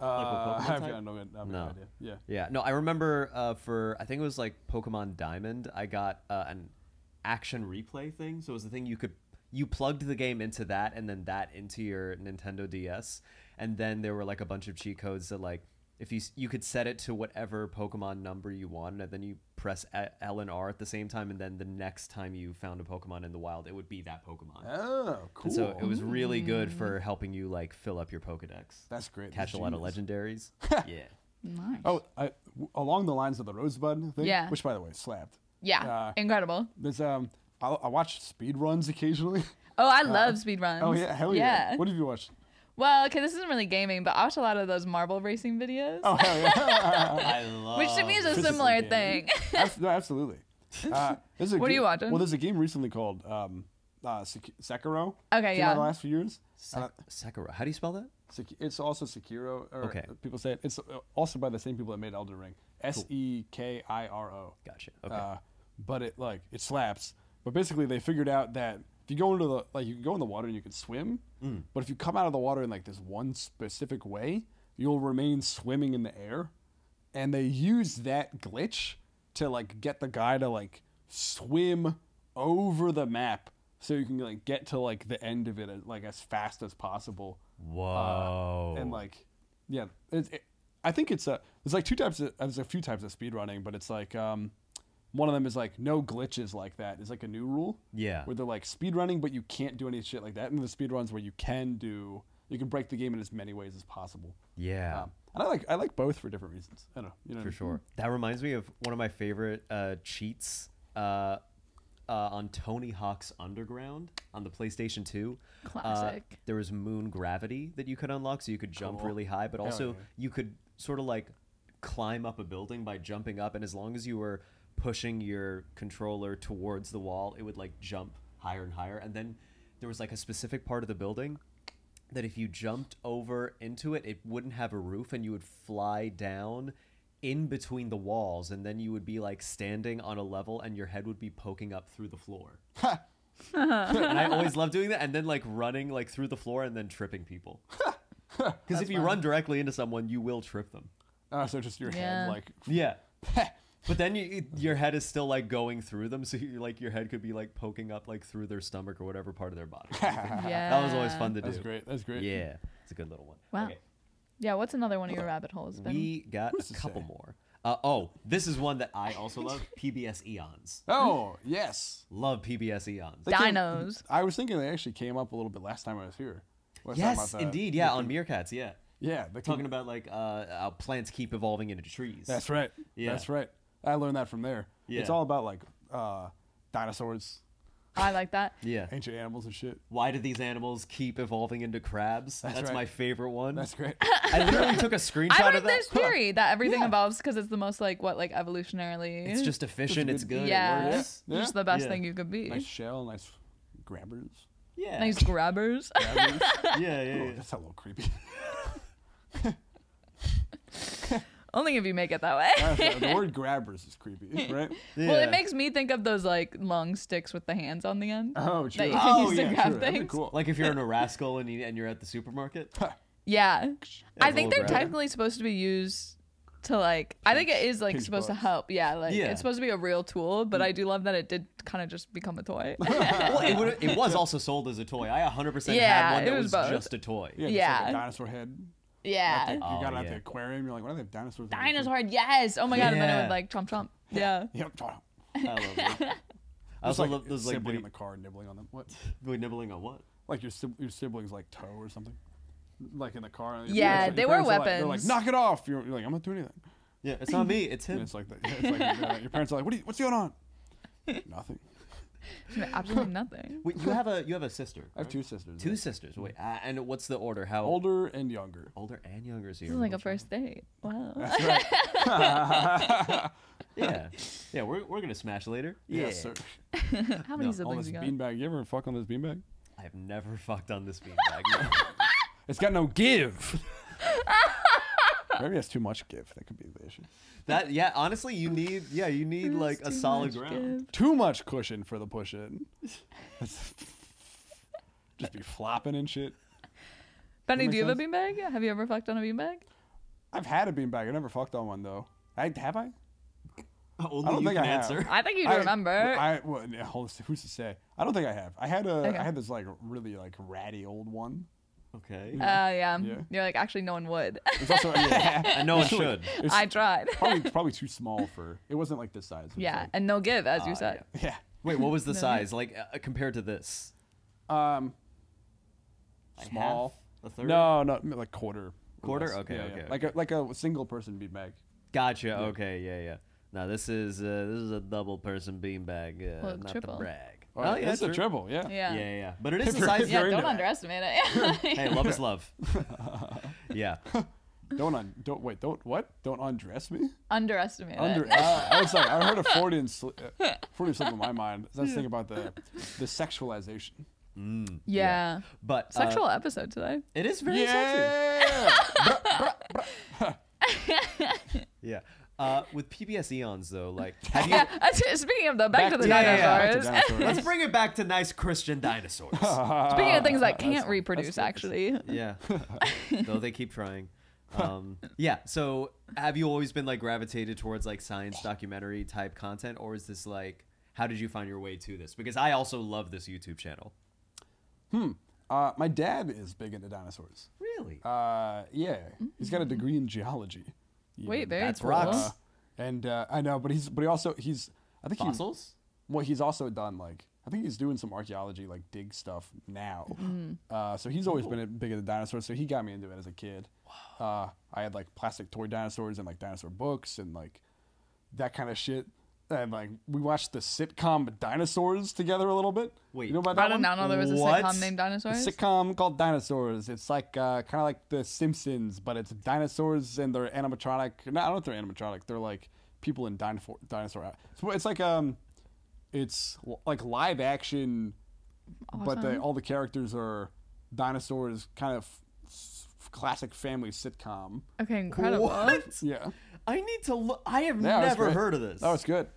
Speaker 1: uh,
Speaker 2: Pokemon
Speaker 1: i've
Speaker 2: type?
Speaker 1: got no, I've got no
Speaker 2: No.
Speaker 1: idea yeah
Speaker 2: Yeah, no, I remember uh, for I think it was like Pokemon Diamond. I got uh, an action replay thing, so it was the thing you could you plugged the game into that, and then that into your Nintendo DS, and then there were like a bunch of cheat codes that like if you s- you could set it to whatever Pokemon number you wanted, and then you press A- L and R at the same time, and then the next time you found a Pokemon in the wild, it would be that Pokemon.
Speaker 1: Oh, cool.
Speaker 2: And so it was really good for helping you like fill up your Pokedex,
Speaker 1: That's great. That's
Speaker 2: catch a lot of
Speaker 1: genius.
Speaker 2: legendaries. yeah.
Speaker 3: Nice.
Speaker 1: Oh, I, w- along the lines of the Rosebud thing,
Speaker 3: Yeah.
Speaker 1: which by the way slapped.
Speaker 3: yeah.
Speaker 1: uh,
Speaker 3: incredible.
Speaker 1: There's um, I, I watch speed runs occasionally. [LAUGHS]
Speaker 3: Oh, I love speedruns.
Speaker 1: oh yeah, hell yeah. What have you watched?
Speaker 3: Well, okay, this isn't really gaming, but I watch a lot of those marble racing videos.
Speaker 1: Oh hell
Speaker 3: [LAUGHS]
Speaker 1: yeah, [LAUGHS]
Speaker 2: I love
Speaker 3: Which to me
Speaker 2: Um,
Speaker 3: is a
Speaker 1: Physical
Speaker 3: similar
Speaker 1: gaming.
Speaker 3: thing.
Speaker 1: Abs- no, absolutely. Uh, there's a
Speaker 3: [LAUGHS] What are
Speaker 1: game-
Speaker 3: you watching?
Speaker 1: Well, there's a game recently called um, uh, Sek- Sekiro.
Speaker 3: Okay,
Speaker 1: came out
Speaker 3: yeah.
Speaker 1: in the last few years. Uh,
Speaker 2: Sak- Sakura. How do you spell that?
Speaker 1: Sek- it's also Sekiro. Or
Speaker 2: Okay.
Speaker 1: People say it. it's uh, also by the same people that made Elden Ring. S e k i r o.
Speaker 2: Gotcha. Okay.
Speaker 1: uh, but it like it slaps. But basically, they figured out that if you go into the like you can go in the water and you can swim, but if you come out of the water in like this one specific way, you'll remain swimming in the air. And they use that glitch to like get the guy to like swim over the map so you can like get to like the end of it as, like as fast as possible
Speaker 2: Whoa.
Speaker 1: and like yeah it, it, i think it's a there's like two types of there's a few types of speed running but it's like um one of them is like no glitches like that it's like a new rule
Speaker 2: Yeah.
Speaker 1: where they're like speed running but you can't do any shit like that and the speed runs where you can do you can break the game in as many ways as possible
Speaker 2: yeah.
Speaker 1: um, and i like i like both for different reasons i don't know you know
Speaker 2: for sure. That reminds me of one of my favorite uh, cheats uh, uh, on Tony Hawk's Underground on the PlayStation 2. Uh,
Speaker 3: Classic.
Speaker 2: there was moon gravity that you could unlock, so you could jump
Speaker 1: Cool.
Speaker 2: really high, but also
Speaker 1: yeah.
Speaker 2: you could sort of like climb up a building by jumping up, and as long as you were pushing your controller towards the wall, it would like jump higher and higher. And then there was like a specific part of the building that if you jumped over into it, it wouldn't have a roof and you would fly down in between the walls and then you would be like standing on a level and your head would be poking up through the floor. and I always love doing that and then like running like through the floor and then
Speaker 1: [LAUGHS]
Speaker 2: tripping people. Cuz if you run directly into someone, you will trip them.
Speaker 1: uh, so just your
Speaker 3: Yeah.
Speaker 1: head like [LAUGHS]
Speaker 2: Yeah. But then you, your head is still like going through them, so you like your head could be like poking up like through their stomach or whatever part of their body. [LAUGHS]
Speaker 3: yeah.
Speaker 2: That was
Speaker 3: [LAUGHS]
Speaker 2: always fun to do.
Speaker 1: that's great that's great
Speaker 2: Yeah, it's a good little one.
Speaker 3: Wow.
Speaker 2: Okay.
Speaker 3: Yeah, what's another one of your rabbit holes? Ben?
Speaker 2: We got
Speaker 1: does
Speaker 2: a
Speaker 1: it
Speaker 2: couple
Speaker 1: say?
Speaker 2: more. Uh, oh, this is one that I also love. [LAUGHS] PBS Eons.
Speaker 1: oh yes
Speaker 2: Love PBS Eons.
Speaker 1: They came-
Speaker 3: Dinos.
Speaker 1: i was thinking they actually came up a little bit last time i was here When I was talking
Speaker 2: yes,
Speaker 1: about uh, the-
Speaker 2: indeed. Yeah, on Meerkats. Yeah.
Speaker 1: Yeah, the
Speaker 2: talking about like uh, how plants keep evolving into trees.
Speaker 1: That's right.
Speaker 2: Yeah.
Speaker 1: That's right. I learned that from there. It's
Speaker 2: Yeah.
Speaker 1: all about like uh, dinosaurs,
Speaker 3: I like that.
Speaker 2: Yeah.
Speaker 1: ancient animals and shit.
Speaker 2: Why did these animals keep evolving into crabs? That's,
Speaker 1: right.
Speaker 2: my favorite one.
Speaker 1: That's
Speaker 3: [LAUGHS]
Speaker 1: great.
Speaker 2: I literally took a screenshot
Speaker 3: I
Speaker 2: of that.
Speaker 3: like this theory that everything
Speaker 1: Yeah.
Speaker 3: evolves because it's the most like what like evolutionarily.
Speaker 2: It's just efficient. It's good.
Speaker 3: yeah,
Speaker 2: It works.
Speaker 1: Yeah.
Speaker 3: just the best
Speaker 2: Yeah.
Speaker 3: thing you could be.
Speaker 1: nice
Speaker 3: Nice,
Speaker 1: shell, nice
Speaker 2: [LAUGHS]
Speaker 1: grabbers.
Speaker 2: Yeah.
Speaker 1: grabbers.
Speaker 3: grabbers. [LAUGHS]
Speaker 2: Yeah, yeah,
Speaker 1: Ooh,
Speaker 2: yeah.
Speaker 1: that's a little creepy. [LAUGHS]
Speaker 3: Only if you make it that way.
Speaker 1: the the word grabbers is
Speaker 3: [LAUGHS]
Speaker 1: creepy, right?
Speaker 3: Well,
Speaker 2: Yeah.
Speaker 3: it makes me think of those like long sticks with the hands on the end.
Speaker 1: Oh, true.
Speaker 3: That you
Speaker 2: Oh,
Speaker 3: use to
Speaker 2: yeah,
Speaker 3: grab
Speaker 1: Sure, that'd be
Speaker 3: things.
Speaker 1: cool.
Speaker 2: like if you're in a rascal and, you, and you're at the supermarket.
Speaker 3: Yeah, I
Speaker 2: little
Speaker 3: think they're
Speaker 2: grabber.
Speaker 3: technically supposed to be used to like. I think it is like
Speaker 1: pinch
Speaker 3: supposed to
Speaker 1: bugs.
Speaker 3: help. Yeah, like
Speaker 2: Yeah.
Speaker 3: it's supposed to be a real tool, but I do love that it did kind of just become
Speaker 1: [LAUGHS]
Speaker 3: a toy.
Speaker 2: well, it, would, it was also sold as a toy. I 100%
Speaker 3: Yeah,
Speaker 2: had one
Speaker 3: it
Speaker 2: that
Speaker 3: was
Speaker 2: was,
Speaker 3: both.
Speaker 2: just a toy.
Speaker 1: yeah, just like
Speaker 3: Yeah.
Speaker 1: a dinosaur head. Like
Speaker 3: [LAUGHS] yeah,
Speaker 1: the- you
Speaker 2: Oh,
Speaker 1: got out
Speaker 2: yeah.
Speaker 1: the aquarium. You're like, why do they have dinosaurs? in the aquarium?
Speaker 3: dinosaur. Yes. Oh my god. And then it
Speaker 2: Yeah.
Speaker 3: would like chomp chomp. Yeah.
Speaker 1: Yep. I
Speaker 2: I
Speaker 3: [LAUGHS]
Speaker 2: love it. I also love those like
Speaker 1: sibling in
Speaker 2: big,
Speaker 1: the car nibbling on them. What?
Speaker 2: big nibbling on what?
Speaker 1: Like your sib- your siblings like toe or something. Like in the car. and your
Speaker 3: Yeah,
Speaker 1: parents- your
Speaker 3: they were
Speaker 1: parents are like- they're like,
Speaker 3: weapons.
Speaker 1: knock it off. You're, you're like, I'm not doing anything.
Speaker 2: Yeah, it's not me. It's
Speaker 1: And
Speaker 2: him.
Speaker 1: it's like, the, yeah, it's like uh, your parents are like, what are you, what's going on? Nothing. [LAUGHS]
Speaker 3: Absolutely nothing.
Speaker 2: Wait, you have a you have a sister.
Speaker 1: I have
Speaker 2: right?
Speaker 1: two sisters.
Speaker 2: Two sisters. Wait, uh, and what's the order? How
Speaker 1: older and younger.
Speaker 2: Older and younger is here.
Speaker 3: This is like a
Speaker 2: Which-
Speaker 3: first date.
Speaker 1: [LAUGHS]
Speaker 3: Wow.
Speaker 1: That's right.
Speaker 2: Yeah, [LAUGHS] yeah. We're, we're gonna smash later.
Speaker 1: Yes, sir.
Speaker 3: How many
Speaker 2: No,
Speaker 1: On
Speaker 3: siblings
Speaker 1: this
Speaker 3: you got?
Speaker 1: beanbag. You ever fuck on this beanbag?
Speaker 2: I've never [LAUGHS] fucked on this beanbag.
Speaker 1: [LAUGHS]
Speaker 2: No.
Speaker 1: It's got no give. Maybe that's too much give. That could be the issue.
Speaker 2: that yeah. Honestly, you need yeah you need
Speaker 3: There's
Speaker 2: like
Speaker 3: too
Speaker 2: a solid
Speaker 3: much
Speaker 2: ground.
Speaker 3: give.
Speaker 1: Too much cushion for the push [LAUGHS] in. Just be flopping and shit.
Speaker 3: Benny,
Speaker 1: That
Speaker 3: do you have a
Speaker 1: makes
Speaker 3: beanbag? Have you ever fucked on a beanbag?
Speaker 1: I've had a beanbag. I never fucked on one though. I have I.
Speaker 2: [LAUGHS] Only
Speaker 1: I don't
Speaker 2: you
Speaker 1: think
Speaker 2: can
Speaker 1: I have.
Speaker 2: answer.
Speaker 3: I think you
Speaker 1: I-
Speaker 3: remember. Uh,
Speaker 1: I, well, yeah, hold- who's to say? I don't think I have. I had a. I
Speaker 3: Okay.
Speaker 1: had this like really like ratty old one.
Speaker 2: [LAUGHS] Okay.
Speaker 3: uh, yeah.
Speaker 1: Yeah.
Speaker 3: You're like, actually, no one would. [LAUGHS]
Speaker 1: It's also yeah.
Speaker 2: and no one should.
Speaker 1: It's
Speaker 3: I tried.
Speaker 1: probably probably too small for. It wasn't like this size. It was,
Speaker 3: [LAUGHS] yeah, [LAUGHS] and no give, as
Speaker 1: Uh,
Speaker 2: Ah,
Speaker 3: you said.
Speaker 1: like- yeah.
Speaker 2: Wait, what was the size like uh, compared to this?
Speaker 1: Um.
Speaker 2: Like
Speaker 1: Small.
Speaker 2: half? A third?
Speaker 1: No, no, like quarter. or
Speaker 2: Quarter?
Speaker 1: less.
Speaker 2: Okay,
Speaker 1: Yeah,
Speaker 2: okay,
Speaker 1: yeah. Like a like a single person beanbag.
Speaker 2: Gotcha. Okay. Yeah. Yeah. Now this is uh, this is a double person beanbag. Uh,
Speaker 3: Well,
Speaker 2: not
Speaker 3: triple.
Speaker 2: to brag.
Speaker 1: Oh, yeah, that's a
Speaker 2: true.
Speaker 1: triple. Yeah.
Speaker 3: Yeah.
Speaker 2: Yeah.
Speaker 3: Yeah,
Speaker 2: yeah. But
Speaker 1: [LAUGHS]
Speaker 2: it is
Speaker 1: If
Speaker 2: the
Speaker 1: you're-
Speaker 2: size.
Speaker 1: if you're
Speaker 3: don't
Speaker 1: into that.
Speaker 3: underestimate
Speaker 1: [LAUGHS]
Speaker 2: [LAUGHS]
Speaker 3: it. [LAUGHS]
Speaker 2: Hey, love is love. [LAUGHS] yeah.
Speaker 1: Don't un. Don't wait. Don't what? Don't undress me.
Speaker 3: underestimate
Speaker 1: Under.
Speaker 3: it.
Speaker 1: Uh, I was like, I heard a forty and sl- uh, forty slip in my mind. I was thinking about the the sexualization.
Speaker 3: Yeah.
Speaker 2: But uh,
Speaker 3: Sexual episode today.
Speaker 2: It is very sexy.
Speaker 1: yeah.
Speaker 2: Yeah. Uh, with PBS eons though,
Speaker 1: [LAUGHS]
Speaker 2: like have
Speaker 3: [LAUGHS]
Speaker 2: you?
Speaker 3: Yeah. Speaking of the back, to the
Speaker 2: yeah, yeah, yeah,
Speaker 3: dinosaurs.
Speaker 1: Back to
Speaker 2: Let's
Speaker 1: dinosaurs.
Speaker 2: bring it back to nice
Speaker 1: [LAUGHS]
Speaker 2: Christian dinosaurs.
Speaker 3: [LAUGHS] Speaking of things that can't
Speaker 1: Uh, that's
Speaker 3: reproduce,
Speaker 1: good.
Speaker 3: actually.
Speaker 2: yeah. Though they keep trying. Um, yeah. So have you always been like gravitated towards like science documentary type content, or is this like how did you find your way to this? Because I also love this YouTube channel.
Speaker 1: uh, my dad is big into dinosaurs.
Speaker 2: Really?
Speaker 1: Uh, yeah, he's got a degree in geology. even.
Speaker 3: Mm-hmm. Wait, very
Speaker 2: That's
Speaker 3: cool.
Speaker 2: rocks.
Speaker 1: Uh, and uh, I know, but he's but he also he's I think he's
Speaker 2: Fossils?
Speaker 1: well he's also done like I think he's doing some archaeology like dig stuff now.
Speaker 3: Mm-hmm.
Speaker 1: Uh, so he's always been a, big into dinosaurs. So he got me into it as a kid. Uh, I had like plastic toy dinosaurs and like dinosaur books and like that kind of shit. And like we watched the sitcom Dinosaurs together a little bit.
Speaker 2: Wait.
Speaker 1: you know about that
Speaker 3: I did
Speaker 1: one?
Speaker 3: not know there was a
Speaker 2: What?
Speaker 3: sitcom named Dinosaurs.
Speaker 1: A sitcom called Dinosaurs. It's like uh, kind of like The Simpsons, but it's dinosaurs and they're animatronic. No, I don't know if they're animatronic. They're like people in dinosaur. dinosaur. So it's like um, it's l- like live action, but the,
Speaker 3: Awesome.
Speaker 1: all the characters are dinosaurs. Kind of s- classic family sitcom.
Speaker 3: Okay, incredible.
Speaker 2: What?
Speaker 1: Yeah,
Speaker 2: I need to look. I have
Speaker 1: Yeah, it was
Speaker 2: never
Speaker 1: great.
Speaker 2: heard of this.
Speaker 1: that was good.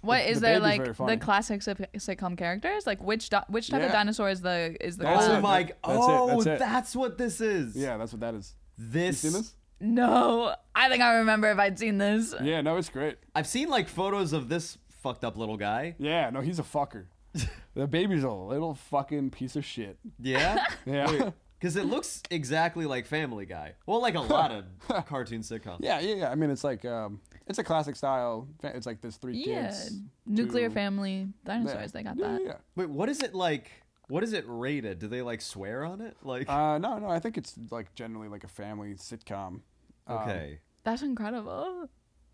Speaker 3: What
Speaker 1: The
Speaker 3: is
Speaker 1: baby's
Speaker 3: there
Speaker 1: very
Speaker 3: like
Speaker 1: funny.
Speaker 3: the classic sit- sitcom characters? Like which di- which type of
Speaker 1: Yeah.
Speaker 3: dinosaur is the is the
Speaker 1: That's
Speaker 2: Oh
Speaker 1: it.
Speaker 3: clown?
Speaker 2: my!
Speaker 1: That- that's it,
Speaker 2: oh,
Speaker 1: that's it.
Speaker 2: what this is.
Speaker 1: Yeah, that's what that is.
Speaker 2: This.
Speaker 1: You seen this?
Speaker 3: No, I think I remember if I'd seen this.
Speaker 1: Yeah, no, it's great.
Speaker 2: I've seen like photos of this fucked up little guy.
Speaker 1: Yeah, no, he's a fucker. [LAUGHS] the baby's a little fucking piece of shit.
Speaker 3: [LAUGHS]
Speaker 2: Yeah.
Speaker 1: Yeah.
Speaker 2: Because it looks exactly like Family Guy. Well,
Speaker 3: [LAUGHS]
Speaker 2: like a lot of cartoon sitcoms.
Speaker 1: Yeah, yeah, yeah. I mean, it's like um, it's a classic style. fa- It's like this three
Speaker 3: Yeah,
Speaker 1: kids,
Speaker 3: nuclear
Speaker 1: two-
Speaker 3: family
Speaker 1: Yeah.
Speaker 3: dinosaurs. They got
Speaker 1: Yeah,
Speaker 3: that.
Speaker 1: Yeah, yeah.
Speaker 2: Wait, what is it like? What is it rated? Do they like swear on it? Like
Speaker 3: Um,
Speaker 1: Uh, no, no, I think it's like generally like a family sitcom. Um,
Speaker 2: okay,
Speaker 3: That's incredible.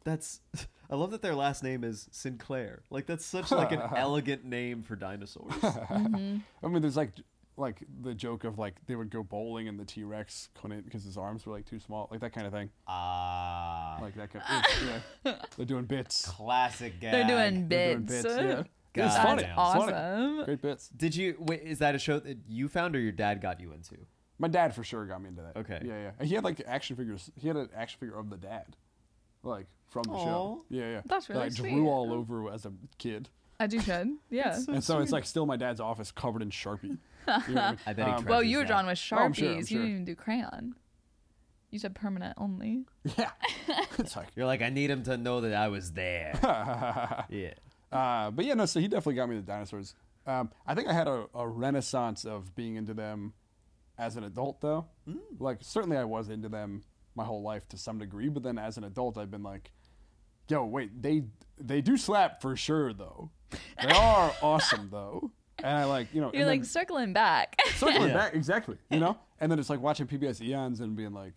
Speaker 2: that's. [LAUGHS] I love that their last name is Sinclair. Like that's such like
Speaker 3: [LAUGHS]
Speaker 2: an elegant name for dinosaurs.
Speaker 1: I mean, there's like like the joke of like they would go bowling and the T Rex couldn't because his arms were like too small, like that kind of thing.
Speaker 2: Ah,
Speaker 1: Like that kind. Of, yeah,
Speaker 3: [LAUGHS]
Speaker 1: they're doing bits.
Speaker 2: classic gag.
Speaker 3: They're doing
Speaker 1: They're
Speaker 3: bits.
Speaker 1: doing bits.
Speaker 3: [LAUGHS]
Speaker 1: Yeah.
Speaker 2: That's
Speaker 1: It's funny. It's funny.
Speaker 3: awesome.
Speaker 1: Great bits.
Speaker 2: Did you wait? Is that a show that you found or your dad got you into?
Speaker 1: My dad for sure got me into that.
Speaker 2: Okay.
Speaker 1: Yeah, yeah. And He had like action figures. He had an action figure of the dad, like from the
Speaker 2: Aw.
Speaker 1: show. Yeah, yeah.
Speaker 3: That's
Speaker 1: That
Speaker 3: really
Speaker 1: I
Speaker 3: sweet.
Speaker 1: drew all over as a kid,
Speaker 3: As you should. Yeah.
Speaker 2: That's so
Speaker 1: and so it's
Speaker 2: sweet.
Speaker 1: like still my dad's office covered in Sharpie. You know what I mean?
Speaker 2: I bet he
Speaker 1: Um,
Speaker 3: well, you were
Speaker 2: Treasures
Speaker 3: drawn
Speaker 1: Oh,
Speaker 3: with sharpies.
Speaker 1: I'm sure, I'm
Speaker 3: You
Speaker 1: sure.
Speaker 3: didn't even do crayon. You said permanent only.
Speaker 1: Yeah. [LAUGHS] It's like.
Speaker 2: You're like, I need him to know that I was
Speaker 3: [LAUGHS]
Speaker 2: there. yeah.
Speaker 1: Uh, but yeah, no. So he definitely got me the dinosaurs. Um, I think I had a, a renaissance of being into them as an adult, though.
Speaker 3: Mm.
Speaker 1: Like certainly I was into them my whole life to some degree, but then as an adult, I've been like, yo, wait, they they do slap for sure, though. They
Speaker 3: [LAUGHS]
Speaker 1: are awesome, though. And I like, you know,
Speaker 3: You're
Speaker 1: and
Speaker 3: like
Speaker 1: then-
Speaker 3: circling back. [LAUGHS]
Speaker 1: circling
Speaker 2: Yeah.
Speaker 1: back exactly, you know. And then it's like watching PBS Eons and being like,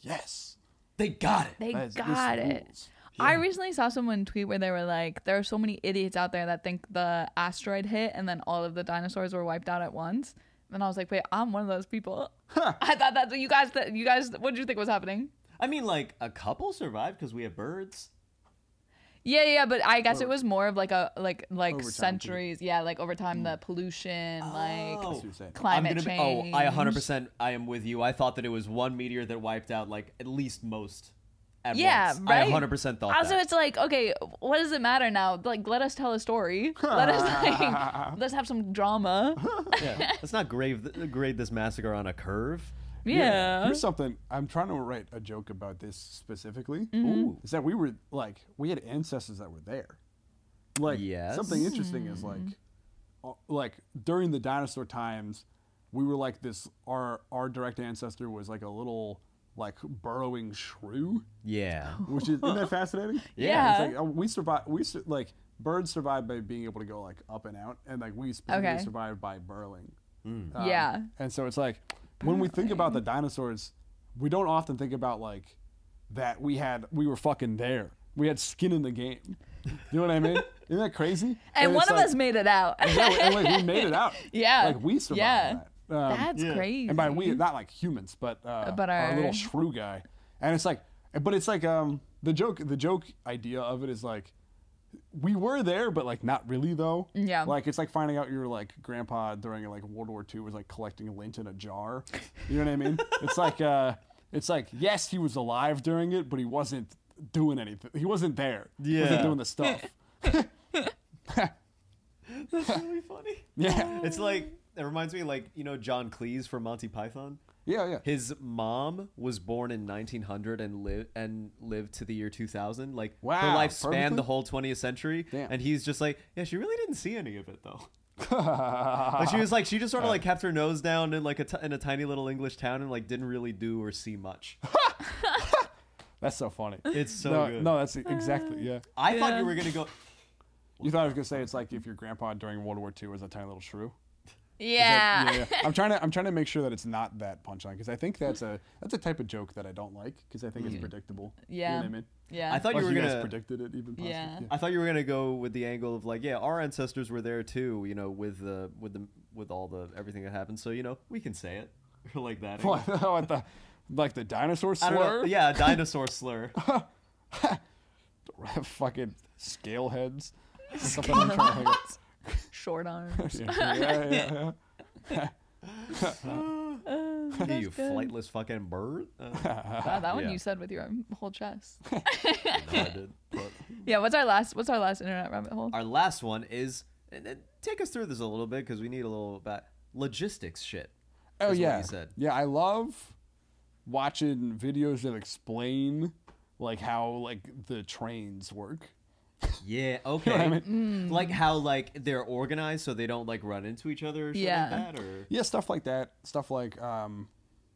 Speaker 1: yes,
Speaker 2: They got it.
Speaker 3: they
Speaker 1: that is- this
Speaker 3: got it.
Speaker 1: rules.
Speaker 3: I recently saw someone tweet where they were like, there are so many idiots out there that think the asteroid hit and then all of the dinosaurs were wiped out at once. And I was like, wait, I'm one of those people. [LAUGHS] I thought that's what you guys, th- you guys, what did you think was happening?
Speaker 2: I mean, like a couple survived because we have birds.
Speaker 3: Yeah, yeah, but I guess it was more of like a, like, like
Speaker 1: Over time, too.
Speaker 3: centuries. Yeah, like over time,
Speaker 1: Hmm.
Speaker 3: the pollution,
Speaker 2: Oh.
Speaker 3: like
Speaker 1: That's what you're saying.
Speaker 3: climate
Speaker 2: I'm gonna
Speaker 3: change.
Speaker 2: Be, oh, I 100. percent I am with you. I thought that it was one meteor that wiped out like at least most. At
Speaker 3: Yeah,
Speaker 2: once. I
Speaker 3: right?
Speaker 2: 100 percent thought
Speaker 3: Also,
Speaker 2: that.
Speaker 3: it's like, okay, what does it matter now? Like, let us tell a story. let us, like, let's have some drama. [LAUGHS]
Speaker 2: yeah. Let's not grade th- grade this massacre on a curve.
Speaker 3: yeah.
Speaker 1: Here's something. I'm trying to write a joke about this specifically.
Speaker 3: Mm-hmm.
Speaker 2: Ooh.
Speaker 1: Is that we were like we had ancestors that were there. Like
Speaker 2: Yes.
Speaker 1: something interesting is
Speaker 3: Mm.
Speaker 1: like, uh, like during the dinosaur times, we were like this. Our our direct ancestor was like a little like burrowing shrew,
Speaker 2: Yeah.
Speaker 3: [LAUGHS]
Speaker 1: which is isn't that fascinating?
Speaker 3: Yeah.
Speaker 1: It's like uh, we survived. We sur- like birds survived by being able to go like up and out, and like we specifically
Speaker 3: Okay.
Speaker 1: survived by burrowing.
Speaker 3: yeah.
Speaker 1: And so it's like when we think
Speaker 3: [CLEARS THROAT]
Speaker 1: about the dinosaurs, we don't often think about like that we had we were fucking there. We had skin in the game. You know what I
Speaker 3: [LAUGHS]
Speaker 1: mean? Isn't that crazy?
Speaker 3: And,
Speaker 1: it's
Speaker 3: one of
Speaker 1: like-
Speaker 3: us made it out.
Speaker 1: Yeah, and like we made it out.
Speaker 3: [LAUGHS] Yeah.
Speaker 1: Like we survived
Speaker 3: Yeah.
Speaker 1: that. Um,
Speaker 3: That's crazy.
Speaker 1: and by we, not like humans, but uh,
Speaker 3: But
Speaker 1: our,
Speaker 3: our-
Speaker 1: little shrew guy. And it's like, but it's like um, the joke. The joke idea of it is like, we were there, but like not really though.
Speaker 3: Yeah.
Speaker 1: Like it's like finding out your like grandpa during like World War II was like collecting lint in a jar. You know what I
Speaker 3: [LAUGHS]
Speaker 1: mean? it's like uh, it's like yes, he was alive during it, but he wasn't doing anything. He wasn't there. He
Speaker 2: Yeah.
Speaker 1: wasn't doing the stuff.
Speaker 3: [LAUGHS]
Speaker 1: [LAUGHS]
Speaker 2: That's really funny.
Speaker 1: yeah.
Speaker 2: It's like it reminds me like you know John Cleese from Monty Python.
Speaker 1: Yeah. Yeah.
Speaker 2: His mom was born in 1900 and lived and lived to the year 2000. Like her
Speaker 1: Wow,
Speaker 2: life spanned
Speaker 1: perfectly?
Speaker 2: the whole 20th century.
Speaker 1: Damn.
Speaker 2: And he's just like, yeah, she really didn't see any of it
Speaker 1: [LAUGHS]
Speaker 2: though. like she was like, she just sort of like kept her nose down in like a t- in a tiny little English town and like didn't really do or see much.
Speaker 1: That's so funny.
Speaker 2: It's
Speaker 1: [LAUGHS]
Speaker 2: so
Speaker 1: no,
Speaker 2: good.
Speaker 1: no, that's e-, exactly
Speaker 3: Uh.
Speaker 1: yeah.
Speaker 2: I thought
Speaker 3: Yeah.
Speaker 2: you were gonna go.
Speaker 1: You thought I was gonna say it's like if your grandpa during World War II was a tiny little shrew.
Speaker 3: yeah.
Speaker 1: But, yeah, yeah. I'm trying to I'm trying to make sure that it's not that punchline because I think that's a that's a type of joke that I don't like because I think it's predictable.
Speaker 3: Yeah.
Speaker 1: You know what I mean?
Speaker 3: Yeah.
Speaker 2: I Hmm. thought
Speaker 1: Like
Speaker 2: you were
Speaker 1: you
Speaker 2: gonna.
Speaker 1: guys predicted it even. Possibly.
Speaker 3: Yeah.
Speaker 2: I thought you were gonna go with the angle of like, yeah, our ancestors were there too, you know, with the with the with all the everything that happened. So you know, we can say it [LAUGHS] or like that. angle.
Speaker 1: [LAUGHS] What, what the, like the dinosaur
Speaker 2: I don't know.
Speaker 1: slur?
Speaker 2: Yeah, a dinosaur slur.
Speaker 1: [LAUGHS] Fucking scale heads. Something I'm trying to think of.
Speaker 3: Short arm.
Speaker 1: [LAUGHS] Yeah, yeah, yeah, yeah.
Speaker 2: Yeah, you flightless fucking [LAUGHS] bird. Uh,
Speaker 3: Wow, that one
Speaker 2: Yeah.
Speaker 3: you said with your whole chest.
Speaker 2: no, I did. [LAUGHS] But
Speaker 3: yeah. What's our last? What's our last internet rabbit hole?
Speaker 2: our last one is and, and take us through this a little bit because we need a little about logistics shit.
Speaker 1: Oh
Speaker 2: is what
Speaker 1: yeah,
Speaker 2: you said.
Speaker 1: yeah. I love watching videos that explain like how like the trains work.
Speaker 2: Yeah. Okay. Like how like they're organized so they don't like run into each other. Or shit
Speaker 3: Yeah.
Speaker 2: Like
Speaker 1: [LAUGHS]
Speaker 2: that, or
Speaker 1: yeah stuff like that stuff like um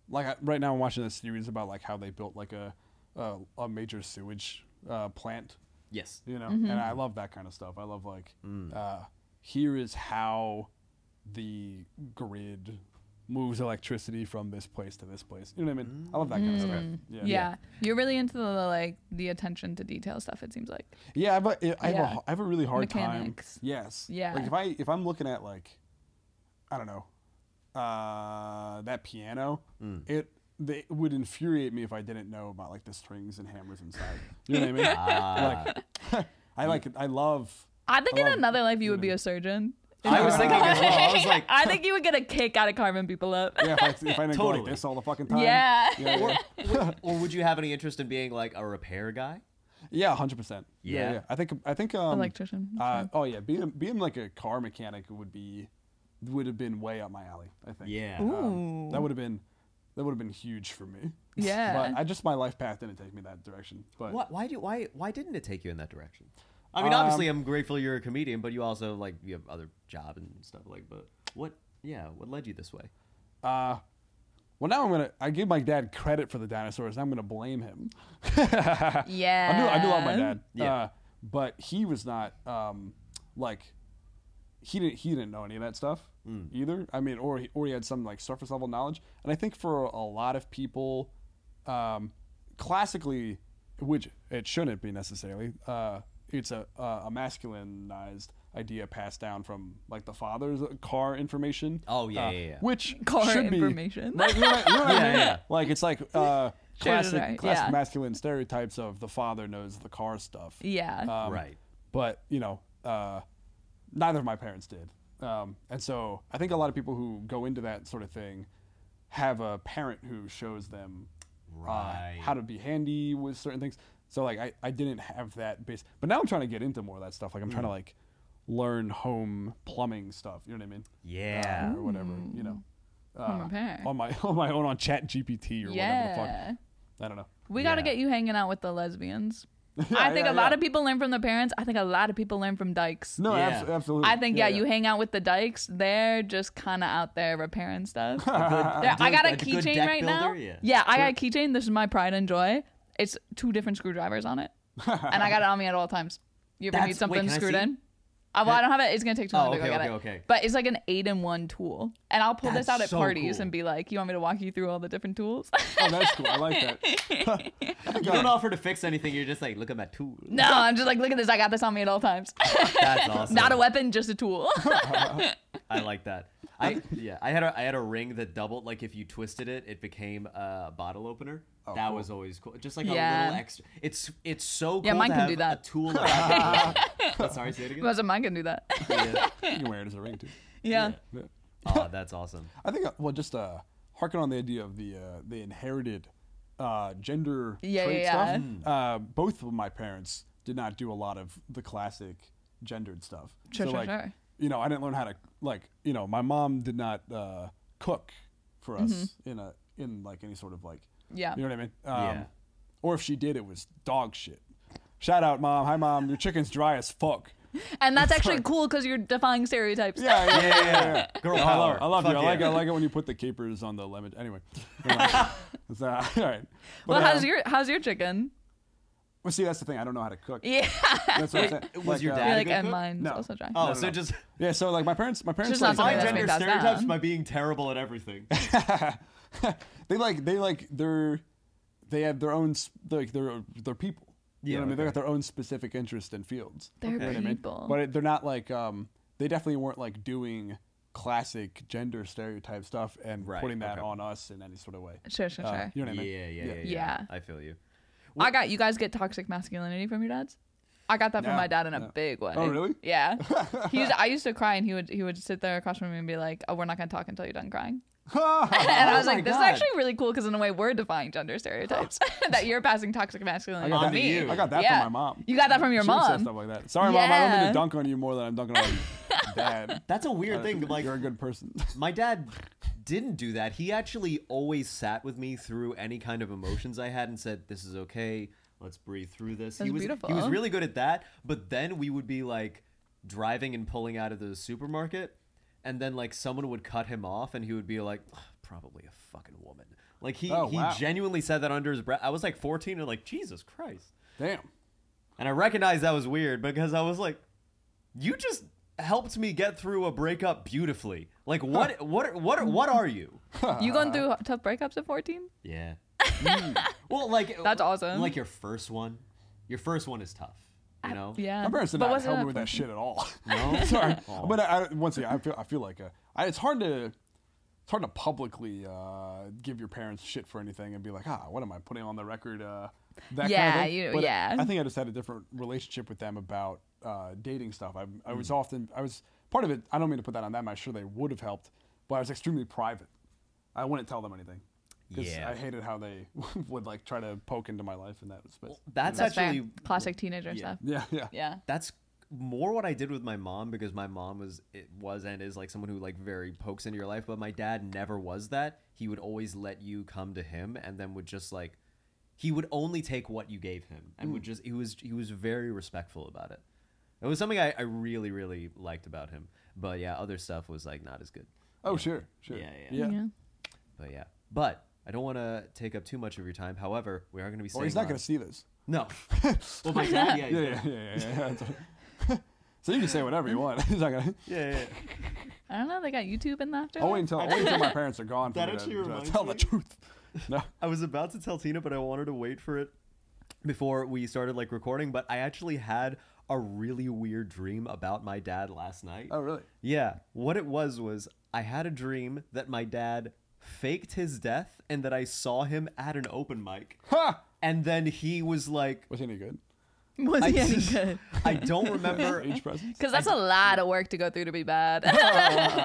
Speaker 1: like I, right now i'm watching a series about like how they built like a a, a major sewage uh, plant
Speaker 2: yes. Mm.
Speaker 1: you know and i love that kind of stuff i love like uh here is how the grid moves electricity from this place to this place. You know what I mean? I love that kind of stuff. Yeah.
Speaker 3: Yeah. you're really into the like the attention to detail stuff. It seems like
Speaker 1: Yeah, I have a, I have,
Speaker 3: Yeah.
Speaker 1: a, I have a really hard
Speaker 3: Mechanics.
Speaker 1: time. Yes.
Speaker 3: Yeah.
Speaker 1: Like if I if I'm looking at like, I don't know, uh, that piano,
Speaker 2: Mm.
Speaker 1: it they it would infuriate me if I didn't know about like the strings and hammers inside. You know what I
Speaker 3: [LAUGHS]
Speaker 1: mean?
Speaker 2: Uh, [LAUGHS]
Speaker 1: Like, [LAUGHS] I like I love.
Speaker 3: I think
Speaker 1: I
Speaker 3: in
Speaker 1: love-
Speaker 3: another life you would be a surgeon. [LAUGHS]
Speaker 2: I was thinking as well. I was like,
Speaker 3: I think you would get a kick out of carving people up.
Speaker 1: Yeah, if I, if I didn't go like
Speaker 2: Totally.
Speaker 1: this all the fucking time.
Speaker 3: Yeah.
Speaker 1: Yeah.
Speaker 2: or,
Speaker 3: [LAUGHS]
Speaker 1: Yeah.
Speaker 2: [LAUGHS] or- or would you have any interest in being like a repair [LAUGHS] guy?
Speaker 1: Yeah. Hundred percent.
Speaker 2: Yeah.
Speaker 1: I think. I think. Um,
Speaker 3: Electrician, that's
Speaker 1: Uh, oh yeah. Being being like a car mechanic would be would have been way up my alley. I think.
Speaker 2: Yeah.
Speaker 1: Um,
Speaker 3: Ooh.
Speaker 1: that would have been that would have been huge for me.
Speaker 3: Yeah.
Speaker 1: But I just my life path didn't take me that direction. But
Speaker 2: Why, why do why why didn't it take you in that direction? Um, I mean, obviously, I'm grateful you're a comedian, but you also like you have other job and stuff like. But what? Yeah, what led you this way?
Speaker 1: uh well now I'm gonna I give my dad credit for the dinosaurs and I'm gonna blame him. [LAUGHS] I
Speaker 3: yeah.
Speaker 1: do I do love my dad.
Speaker 2: Yeah.
Speaker 1: Uh, but he was not um like he didn't he didn't know any of that stuff
Speaker 2: Hmm.
Speaker 1: either. I mean or he, or he had some like surface level knowledge. And I think for a lot of people um classically which it shouldn't be necessarily uh it's a a a masculinized idea passed down from like the father's car information.
Speaker 2: Oh, yeah,
Speaker 1: uh,
Speaker 2: yeah, yeah.
Speaker 1: Which
Speaker 3: Car
Speaker 1: should be-
Speaker 3: information.
Speaker 1: Right, you know what- you know what I
Speaker 2: Yeah,
Speaker 1: mean?
Speaker 2: yeah.
Speaker 1: Like it's like uh
Speaker 3: Sure,
Speaker 1: classic
Speaker 3: right,
Speaker 1: classic
Speaker 3: yeah.
Speaker 1: masculine stereotypes of the father knows the car stuff.
Speaker 3: Yeah.
Speaker 1: Um,
Speaker 2: right.
Speaker 1: But you know, uh, neither of my parents did, um, and so I think a lot of people who go into that sort of thing have a parent who shows them uh,
Speaker 2: Right.
Speaker 1: how to be handy with certain things. So like I, I didn't have that base, but now I'm trying to get into more of that stuff. Like I'm trying to
Speaker 2: Mm.
Speaker 1: like learn home plumbing stuff. You know what I mean?
Speaker 2: Yeah.
Speaker 1: Or whatever. You
Speaker 3: Mm.
Speaker 1: know. Hmm.
Speaker 3: Home repair.
Speaker 1: on my [LAUGHS] on my own on Chat GPT or whatever
Speaker 3: yeah.
Speaker 1: the fuck. I don't know.
Speaker 3: We got to
Speaker 2: Yeah.
Speaker 3: get you hanging out with the
Speaker 1: [LAUGHS]
Speaker 3: lesbians. I think
Speaker 1: yeah,
Speaker 3: a lot
Speaker 1: yeah.
Speaker 3: of people learn from their parents. I think a lot of people learn from dykes.
Speaker 1: No,
Speaker 2: Yeah.
Speaker 1: abso- absolutely.
Speaker 3: I think yeah, you hang out with the dykes. They're just kind of out there repairing stuff. Yeah, I
Speaker 2: [LAUGHS] good-
Speaker 3: got a
Speaker 2: a good
Speaker 3: keychain
Speaker 2: deck
Speaker 3: right now.
Speaker 2: builder, yeah.
Speaker 3: I got a keychain. This is my pride and joy. It's two different screwdrivers
Speaker 2: [LAUGHS]
Speaker 3: on it, and I got it on me at all times. You ever
Speaker 2: That's-
Speaker 3: need
Speaker 2: wait,
Speaker 3: something
Speaker 2: can I
Speaker 3: screwed
Speaker 2: see?
Speaker 3: in? Uh, well, I don't have it. It's gonna take too long
Speaker 2: Oh,
Speaker 3: to go
Speaker 2: okay,
Speaker 3: get
Speaker 2: okay,
Speaker 3: it.
Speaker 2: okay.
Speaker 3: But it's like an eight-in-one tool, and I'll pull this
Speaker 2: That's
Speaker 3: out at
Speaker 2: so
Speaker 3: parties
Speaker 2: cool.
Speaker 3: and be like, "You want me to walk you through all the different tools?" [LAUGHS]
Speaker 1: Oh, that's cool. I like that.
Speaker 2: You don't offer to fix anything. You're just like, look at my [LAUGHS] tool.
Speaker 3: no, I'm just like, "Look at this. I got this on me at all times. [LAUGHS]
Speaker 2: That's awesome.
Speaker 3: Not a weapon, just a tool." [LAUGHS]
Speaker 2: I like that. [LAUGHS] I yeah. I had a I had a ring that doubled. Like if you twisted it, it became a bottle opener. that
Speaker 1: cool.
Speaker 2: was always cool. Just like a
Speaker 3: Yeah.
Speaker 2: little extra. It's it's so cool.
Speaker 3: Yeah, mine
Speaker 2: to
Speaker 3: can
Speaker 2: have
Speaker 3: do that.
Speaker 2: A [LAUGHS] tool. [LAUGHS] around- Sorry, say it again.
Speaker 3: Wasn't mine can do that. [LAUGHS]
Speaker 2: [LAUGHS]
Speaker 1: You can wear it as a ring too.
Speaker 3: yeah.
Speaker 1: Yeah.
Speaker 2: Oh, that's awesome.
Speaker 1: I think uh, well, just uh, harken on the idea of the uh, the inherited uh, gender
Speaker 3: Yeah,
Speaker 1: trait
Speaker 3: yeah, Mm. yeah.
Speaker 1: stuff. Uh, both of my parents did not do a lot of the classic gendered stuff.
Speaker 3: Sure,
Speaker 1: so,
Speaker 3: sure,
Speaker 1: like,
Speaker 3: sure.
Speaker 1: You know, I didn't learn how to like. You know, my mom did not uh, cook for us in a in like any sort of like.
Speaker 3: Mm-hmm. Yeah.
Speaker 1: You know what I mean? Um,
Speaker 2: Yeah.
Speaker 1: Or if she did, it was dog shit. Shout out, mom. Hi, mom. Your chicken's dry as
Speaker 3: [LAUGHS]
Speaker 1: fuck.
Speaker 3: And that's actually cool because you're defying stereotypes.
Speaker 1: Yeah, yeah, yeah. yeah, yeah. [LAUGHS]
Speaker 2: Girl
Speaker 1: I love,
Speaker 2: power.
Speaker 1: I love you.
Speaker 2: Fuck
Speaker 1: I like,
Speaker 2: yeah.
Speaker 1: I
Speaker 2: [LAUGHS]
Speaker 1: like it when you put the capers on the lemon. Anyway,
Speaker 3: [LAUGHS]
Speaker 1: It's, uh, [LAUGHS] all right. But,
Speaker 3: Well,
Speaker 1: uh,
Speaker 3: how's your how's your chicken?
Speaker 1: well, see, that's the thing. I don't know how to cook.
Speaker 3: [LAUGHS] Yeah.
Speaker 1: That's what I'm saying.
Speaker 2: was your
Speaker 3: You're
Speaker 2: dad-
Speaker 3: like,
Speaker 2: good
Speaker 3: and
Speaker 2: cook?
Speaker 3: mine's
Speaker 1: No.
Speaker 3: also dry.
Speaker 2: Oh,
Speaker 1: no,
Speaker 2: so
Speaker 1: no.
Speaker 2: just
Speaker 1: uh, yeah. So like my parents, my parents
Speaker 3: Just not
Speaker 1: like,
Speaker 3: something
Speaker 1: uh,
Speaker 2: my
Speaker 3: that's
Speaker 2: gender
Speaker 3: been passed down.
Speaker 2: stereotypes by being terrible at everything.
Speaker 1: [LAUGHS] they like they like their they have their own sp- like their their people. You
Speaker 2: Yeah,
Speaker 1: know what I mean? They
Speaker 2: okay.
Speaker 1: got their own specific interest and fields.
Speaker 3: They're
Speaker 1: You know what I mean?
Speaker 3: people.
Speaker 1: But it, they're not like um they definitely weren't like doing classic gender stereotype stuff and
Speaker 2: Right,
Speaker 1: putting that
Speaker 2: okay.
Speaker 1: on us in any sort of way.
Speaker 3: Sure, sure,
Speaker 1: Uh,
Speaker 3: sure.
Speaker 1: you know what I
Speaker 2: yeah,
Speaker 1: mean? [LAUGHS]
Speaker 2: yeah, yeah, yeah,
Speaker 3: Yeah.
Speaker 2: I feel you.
Speaker 3: I got you guys get toxic masculinity from your dads. I got that from
Speaker 1: No,
Speaker 3: my dad in a
Speaker 1: no.
Speaker 3: big way.
Speaker 1: Oh, really? [LAUGHS]
Speaker 3: Yeah. He used, I used to cry, and he would he would sit there across from me and be like, "Oh, we're not gonna talk until you're done crying."
Speaker 1: Oh,
Speaker 3: And I was
Speaker 2: Oh my
Speaker 3: like, "This
Speaker 2: God.
Speaker 3: is actually really cool because in a way we're defying gender stereotypes
Speaker 1: [LAUGHS]
Speaker 3: [LAUGHS] that you're passing toxic masculinity
Speaker 2: got
Speaker 3: on
Speaker 2: that-
Speaker 3: me."
Speaker 2: you.
Speaker 1: I got that
Speaker 3: Yeah.
Speaker 1: from my mom.
Speaker 3: You got that from your
Speaker 1: She would say
Speaker 3: mom.
Speaker 1: stuff like that. Sorry, mom. I don't mean
Speaker 3: Yeah.
Speaker 1: to dunk on you more than I'm dunking
Speaker 3: [LAUGHS]
Speaker 1: on your dad.
Speaker 2: That's a weird thing. Like
Speaker 1: you're a good person.
Speaker 2: my dad didn't do that. He actually always sat with me through any kind of emotions I had and said, "This is okay. Let's breathe through this."
Speaker 3: That's
Speaker 2: he was
Speaker 3: beautiful.
Speaker 2: he was really good at that. But then we would be like driving and pulling out of the supermarket, and then like someone would cut him off, and he would be like, "Ugh, "Probably a fucking woman." Like he
Speaker 1: Oh,
Speaker 2: he
Speaker 1: wow.
Speaker 2: genuinely said that under his breath. I was like 14 and like Jesus Christ,
Speaker 1: [LAUGHS] Damn.
Speaker 2: and I recognized that was weird because I was like, "You just." helped me get through a breakup beautifully. Like what what what what are you?
Speaker 3: You going through tough breakups at 14?
Speaker 2: Yeah. Hmm. Well, like
Speaker 3: That's awesome.
Speaker 2: Like your first one, your first one is tough. You know.
Speaker 3: Yeah.
Speaker 1: My parents did
Speaker 3: Uh, But
Speaker 1: not help
Speaker 3: wasn't it
Speaker 1: me
Speaker 3: a
Speaker 1: with that
Speaker 3: fun-
Speaker 1: shit at
Speaker 3: [LAUGHS]
Speaker 1: all.
Speaker 2: No?
Speaker 1: [LAUGHS] Sorry,
Speaker 2: Aw.
Speaker 1: but I, I, once again, I feel I feel like uh, I, it's hard to it's hard to publicly uh, give your parents shit for anything and be like, ah, what am I putting on the record? Uh, that kind
Speaker 3: Yeah,
Speaker 1: of thing.
Speaker 3: you-
Speaker 1: But
Speaker 3: yeah.
Speaker 1: I think I just had a different relationship with them about uh, dating stuff. I, I
Speaker 3: Hmm.
Speaker 1: was often I was part of it. I don't mean to put that on them. I'm sure they would have helped, but I was extremely private. I wouldn't tell them anything. 'cause
Speaker 2: Yeah.
Speaker 1: I hated how they [LAUGHS] would like try to poke into my life in that space.
Speaker 2: That's,
Speaker 3: That's
Speaker 2: actually
Speaker 3: fair. classic teenager
Speaker 2: yeah.
Speaker 3: stuff.
Speaker 1: yeah, yeah,
Speaker 3: Yeah.
Speaker 2: that's more what I did with my mom because my mom was it was and is like someone who like very pokes into your life, but my dad never was that. He would always let you come to him and then would just like he would only take what you gave him and would just he was he was very respectful about it. It was something I, I really, really liked about him. But yeah, other stuff was like not as good.
Speaker 1: Oh, sure, sure.
Speaker 2: Yeah, yeah.
Speaker 1: yeah.
Speaker 2: But yeah. But I don't want to take up too much of your time. However, we are going to be
Speaker 1: Oh,
Speaker 2: staying
Speaker 1: he's not
Speaker 2: on-
Speaker 1: going to see this.
Speaker 2: No. [LAUGHS] well, my dad, yeah, he's
Speaker 1: yeah,
Speaker 2: gonna-
Speaker 1: yeah, yeah, yeah. yeah, that's right. [LAUGHS] so you can say whatever you want. [LAUGHS] He's not gonna.
Speaker 2: yeah, yeah.
Speaker 3: I don't know. They got YouTube in after.
Speaker 2: Oh,
Speaker 1: I'll
Speaker 3: [LAUGHS]
Speaker 1: wait until, I'll wait until my parents are gone for
Speaker 2: That
Speaker 1: me to-
Speaker 2: actually
Speaker 1: to
Speaker 2: reminds
Speaker 1: tell
Speaker 2: me-
Speaker 1: the truth. [LAUGHS] No,
Speaker 2: I was about to tell Tina, but I wanted to wait for it before we started like recording. But I actually had a really weird dream about my dad last night.
Speaker 1: oh really?
Speaker 2: Yeah, what it was was I had a dream that my dad faked his death and that I saw him at an open mic.
Speaker 1: Ha!
Speaker 2: And then he was like,
Speaker 1: Was he any good?
Speaker 3: Was
Speaker 2: I,
Speaker 3: he any
Speaker 2: [LAUGHS]
Speaker 3: good?
Speaker 2: I don't remember. [LAUGHS]
Speaker 1: Age presence?
Speaker 3: Because that's a lot of work to go through to be bad. [LAUGHS]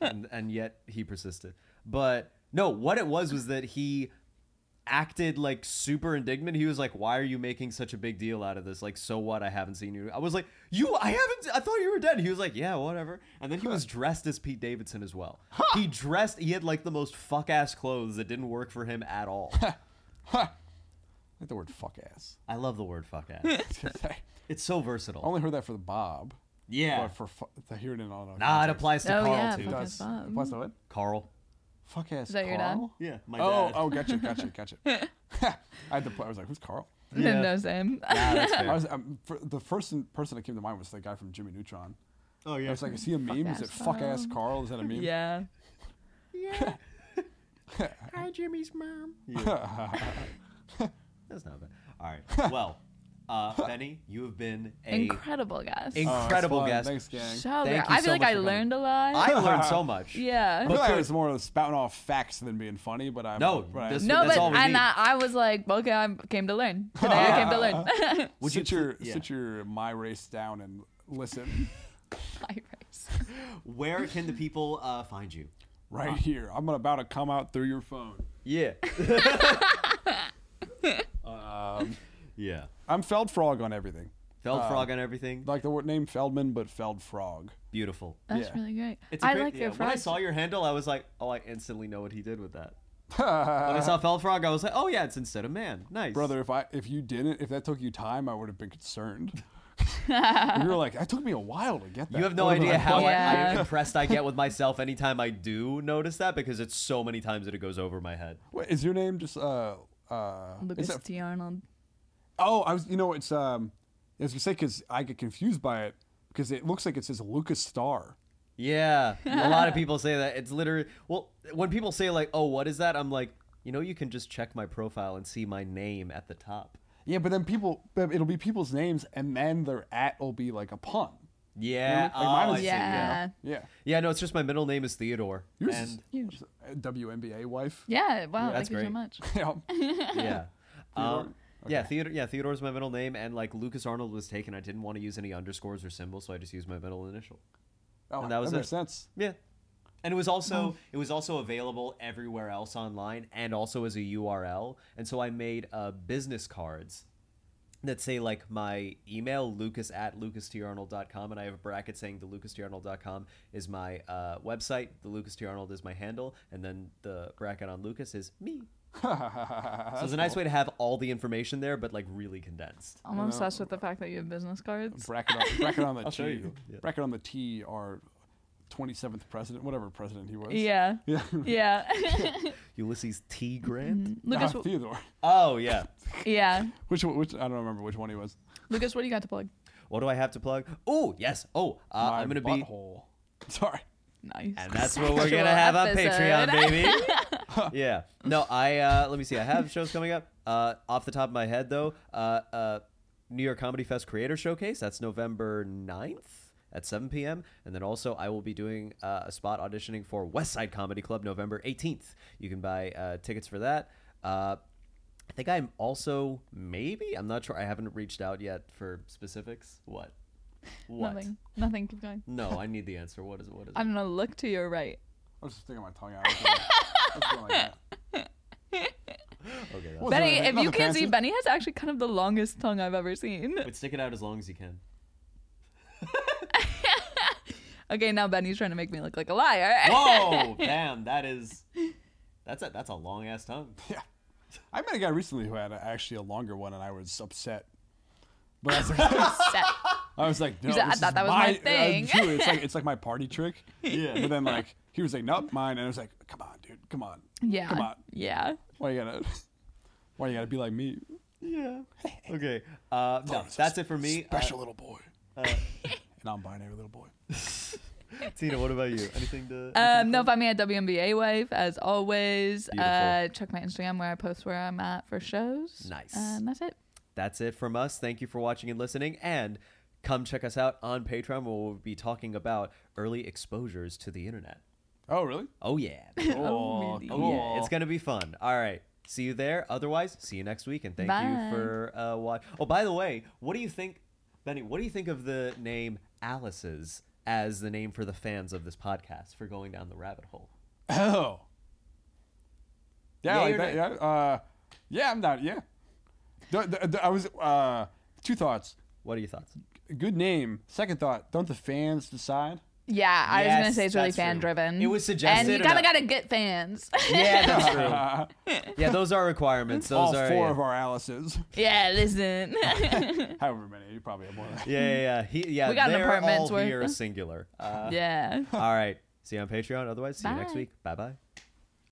Speaker 2: and, and yet he persisted. But no, what it was was that he acted like super indignant. He was like, "Why are you making such a big deal out of this? Like, so what? I haven't seen you." I was like, "You? I haven't. I thought you were dead." He was like, "Yeah, whatever." And then he was dressed as Pete Davidson as well. He dressed. He had like the most fuck ass clothes that didn't work for him at [LAUGHS] all.
Speaker 1: I like the word fuck ass. [LAUGHS]
Speaker 2: I love the word fuck ass.
Speaker 1: I
Speaker 2: It's so versatile.
Speaker 1: only heard that for the Bob.
Speaker 2: Oh, Yeah.
Speaker 1: But for fu- to hear it in all. other
Speaker 2: Nah, it
Speaker 1: contexts.
Speaker 2: applies to
Speaker 3: Oh,
Speaker 2: Carl
Speaker 3: yeah,
Speaker 2: too.
Speaker 3: fuck-
Speaker 1: Does.
Speaker 3: Applies Bob.
Speaker 1: Applies to what?
Speaker 2: Carl.
Speaker 1: Fuck ass.
Speaker 3: that your dad?
Speaker 1: Carl?
Speaker 2: Yeah, my
Speaker 1: Oh,
Speaker 2: dad.
Speaker 1: oh, gotcha, gotcha,
Speaker 2: [LAUGHS]
Speaker 1: gotcha. [LAUGHS] I had to. Play, I was like, who's Carl?
Speaker 2: Yeah.
Speaker 3: no, same.
Speaker 2: Nah, [LAUGHS] that's fair.
Speaker 1: I was, um, for, the first person that came to mind was the guy from Jimmy Neutron.
Speaker 2: oh
Speaker 1: I
Speaker 2: yeah.
Speaker 1: was like, is he a meme? Is
Speaker 3: ass
Speaker 1: it fuck ass
Speaker 3: Bob.
Speaker 1: Carl? Is that a meme?
Speaker 3: [LAUGHS] Yeah.
Speaker 2: [LAUGHS] Yeah. Hi, Jimmy's mom. [LAUGHS] That's not bad. All
Speaker 1: [LAUGHS]
Speaker 2: right. Well, uh, Benny, you have been a
Speaker 3: Incredible guys.
Speaker 1: Oh, it's
Speaker 2: incredible
Speaker 1: fun.
Speaker 2: guest.
Speaker 1: Thanks, gang.
Speaker 3: So
Speaker 2: Thank
Speaker 3: good.
Speaker 2: you
Speaker 3: I feel
Speaker 2: so
Speaker 3: like
Speaker 2: much
Speaker 3: I
Speaker 2: for coming.
Speaker 3: learned a lot.
Speaker 2: I
Speaker 1: [LAUGHS]
Speaker 2: learned so much.
Speaker 3: yeah.
Speaker 1: I feel like
Speaker 2: But-
Speaker 1: it's more of spouting off facts than being funny, but I'm
Speaker 2: No,
Speaker 1: But
Speaker 2: this-
Speaker 1: I,
Speaker 3: no,
Speaker 2: that's
Speaker 3: but
Speaker 2: all we
Speaker 3: and
Speaker 2: need.
Speaker 3: I, I was like, okay, I came
Speaker 2: [LAUGHS]
Speaker 3: to learn. Today I came to learn. [LAUGHS]
Speaker 2: Would
Speaker 1: sit
Speaker 2: you pl-
Speaker 1: your
Speaker 2: yeah.
Speaker 1: sit your my race down and
Speaker 3: [LAUGHS]
Speaker 1: listen
Speaker 3: My race.
Speaker 2: Where can the people uh, find you?
Speaker 1: right here. I'm about to come out through your phone.
Speaker 2: [LAUGHS] Yeah.
Speaker 1: Um,
Speaker 2: yeah.
Speaker 1: I'm Feld Frog on everything,
Speaker 2: Feldfrog
Speaker 1: um,
Speaker 2: on everything.
Speaker 1: like the word name Feldman, but Feld Frog.
Speaker 2: Beautiful.
Speaker 3: That's
Speaker 1: Yeah.
Speaker 3: really great.
Speaker 2: It's a
Speaker 3: I
Speaker 2: great-
Speaker 3: like
Speaker 2: yeah,
Speaker 3: your
Speaker 2: When I
Speaker 3: fries.
Speaker 2: saw your handle, I was like, oh, I instantly know what he did
Speaker 1: [LAUGHS]
Speaker 2: with that. when I saw Feldfrog, I was like, oh yeah, it's instead of man. Nice,
Speaker 1: Brother, if I if you didn't, if that took you time, I would have been
Speaker 3: [LAUGHS]
Speaker 1: concerned. you were like, that took me a while to get that.
Speaker 2: You have no
Speaker 1: Or
Speaker 2: idea
Speaker 1: like,
Speaker 2: how I-
Speaker 3: Yeah.
Speaker 2: I, impressed
Speaker 1: [LAUGHS]
Speaker 2: I get with myself anytime I do notice that because it's so many times that it goes over my head.
Speaker 1: Wait, is your name just uh uh?
Speaker 3: Lucas
Speaker 1: Is it
Speaker 3: T. Arnold.
Speaker 1: Oh, I was. You know, it's um. I was gonna say because I get confused by it because it looks like it says Lucas Star.
Speaker 2: Yeah, a lot of people say that. It's literally well, when people say like, "Oh, what is that?" I'm like, you know, you can just check my profile and see my name at the top.
Speaker 1: Yeah, but then people, but it'll be people's names, and then their at will be like a pun.
Speaker 2: Yeah,
Speaker 1: Like mine
Speaker 2: oh, I
Speaker 1: is-
Speaker 2: see,
Speaker 3: Yeah.
Speaker 1: Yeah.
Speaker 2: yeah. No, it's just my middle name is Theodore.
Speaker 1: Yours
Speaker 2: and
Speaker 1: [LAUGHS] is a WNBA wife. [LAUGHS]
Speaker 3: Yeah. Wow.
Speaker 2: that's
Speaker 3: thank you so
Speaker 2: great.
Speaker 3: much.
Speaker 1: Yeah.
Speaker 3: [LAUGHS]
Speaker 2: yeah.
Speaker 1: Theodore?
Speaker 2: Um, Yeah, Theodore. Yeah, Theodore's my middle name, and like Lucas Arnold was taken. I didn't want to use any underscores or symbols, so I just used my middle initial.
Speaker 1: Oh,
Speaker 2: And
Speaker 1: that,
Speaker 2: that was
Speaker 1: makes
Speaker 2: it.
Speaker 1: sense. [LAUGHS]
Speaker 2: Yeah. And it was also it was also available everywhere else online and also as a URL. And so I made uh, business cards that say like my email lucas at lucastdarnold.com and i have a bracket saying the lucastdarnold.com is my uh, website the lucas T. Arnold is my handle and then the bracket on lucas is me so it's a nice way to have all the information there but like really condensed
Speaker 3: I'm obsessed with the fact that you have business cards.
Speaker 1: Bracket on, bracket [LAUGHS] on the
Speaker 2: show
Speaker 1: T.
Speaker 2: you. Yeah.
Speaker 1: Bracket on the T. Our twenty seventh president, whatever president he was.
Speaker 2: [LAUGHS]
Speaker 3: Yeah.
Speaker 1: [LAUGHS] Yeah.
Speaker 3: Yeah.
Speaker 2: ulysses t grant
Speaker 1: Ah,
Speaker 3: Lucas.
Speaker 1: Theodore.
Speaker 2: Mm-hmm.
Speaker 1: [LAUGHS]
Speaker 2: oh yeah
Speaker 3: Yeah.
Speaker 1: Which one- which I don't remember which one he was.
Speaker 3: Lucas, what do you got to plug?
Speaker 2: What do I have to plug? Oh, yes. Oh, uh,
Speaker 1: My
Speaker 2: I'm gonna be.
Speaker 1: butthole. [LAUGHS] Sorry.
Speaker 3: Nice.
Speaker 2: And that's what we're
Speaker 3: Sexual
Speaker 2: gonna have
Speaker 3: episode.
Speaker 2: on Patreon,
Speaker 3: [LAUGHS]
Speaker 2: baby. [LAUGHS] yeah. No, I uh, let me see. I have shows coming up. Uh, off the top of my head, though, uh, uh, New York Comedy Fest Creator Showcase. That's November 9th at 7 p.m. And then also, I will be doing uh, a spot auditioning for West Side Comedy Club November 18th. You can buy uh, tickets for that. Uh, I think I'm also maybe I'm not sure. I haven't reached out yet for specifics. What? What?
Speaker 3: Nothing. Nothing. Keep going.
Speaker 2: No, I need the answer. What is it? What is it?
Speaker 3: I don't know. Look to your right.
Speaker 1: I was just sticking my tongue out. I was going like- I was going like that.
Speaker 3: [LAUGHS]
Speaker 2: Okay. that's-
Speaker 1: Well,
Speaker 3: Benny,
Speaker 1: Nothing
Speaker 3: if you can't see,
Speaker 1: offensive.
Speaker 3: Benny has actually kind of the longest tongue I've ever seen.
Speaker 2: But stick it out as long as you can.
Speaker 3: Okay, now Benny's trying to make me look like a liar.
Speaker 2: Whoa, Oh, damn, that is that's a that's a long ass tongue.
Speaker 1: Yeah. I met a guy recently who had a, actually a longer one, and I was upset. But I was like, [LAUGHS]
Speaker 3: [LAUGHS] Set.
Speaker 1: I was like, no,
Speaker 3: said, "I
Speaker 1: this is
Speaker 3: thought that was my thing."
Speaker 1: uh, true. It's
Speaker 3: [LAUGHS]
Speaker 1: like it's like my party trick.
Speaker 2: Yeah.
Speaker 1: But then like he was like, nope, mine. And I was like, come on, dude, come on.
Speaker 3: Yeah.
Speaker 1: Come on.
Speaker 3: Yeah.
Speaker 1: Why you gotta? Why you gotta be like me?
Speaker 2: Yeah. Okay. Uh, no, that's it for me. Uh,
Speaker 1: Special little boy. [LAUGHS] and I'm binary little boy.
Speaker 2: Tina, what about you? Anything to?
Speaker 3: Um, no, find me at WNBA Wave as always. Uh,
Speaker 2: Beautiful.
Speaker 3: check my Instagram where I post where I'm at for shows.
Speaker 2: Nice.
Speaker 3: And that's it.
Speaker 2: that's it from us. Thank you for watching and listening, and come check us out on Patreon, where we'll be talking about early exposures to the internet.
Speaker 1: Oh really?
Speaker 2: Oh yeah.
Speaker 1: Cool,
Speaker 3: really?
Speaker 2: Oh
Speaker 1: cool.
Speaker 2: yeah. It's gonna be fun. All right. See you there. Otherwise, see you next week, and thank
Speaker 3: Bye.
Speaker 2: you for uh, watch. Oh, by the way, what do you think, Benny? What do you think of the name Alice's as the name for the fans of this podcast for going down the rabbit hole?
Speaker 1: Oh. Yeah,
Speaker 2: Yeah,
Speaker 1: like
Speaker 2: you're
Speaker 1: that, yeah,
Speaker 2: right.
Speaker 1: uh, yeah, I'm not. Yeah, The- the- the- I was. Uh, two thoughts.
Speaker 2: What are your thoughts?
Speaker 1: Good name. Second thought. Don't the fans decide?
Speaker 3: Yeah, I was gonna
Speaker 2: Yes,
Speaker 3: say it's really
Speaker 2: that's true.
Speaker 3: fan driven.
Speaker 2: It was suggested
Speaker 3: and you
Speaker 2: and
Speaker 3: kind
Speaker 2: I-
Speaker 3: of gotta get fans. [LAUGHS]
Speaker 2: Yeah, that's true. yeah, those are requirements. Those
Speaker 1: All
Speaker 2: are
Speaker 1: four
Speaker 2: yeah.
Speaker 1: of our Alice's, [LAUGHS]
Speaker 3: yeah, listen. [LAUGHS]
Speaker 2: Uh-huh.
Speaker 1: however many. You probably have more.
Speaker 2: [LAUGHS]
Speaker 1: Than that.
Speaker 2: Yeah, yeah, yeah. He, yeah
Speaker 3: We got an
Speaker 2: they're
Speaker 3: apartment's
Speaker 2: all
Speaker 3: worth. [LAUGHS]
Speaker 2: here singular. Uh,
Speaker 3: yeah.
Speaker 2: All right. See you on Patreon. Otherwise, see you next
Speaker 3: Bye.
Speaker 2: week. Bye bye.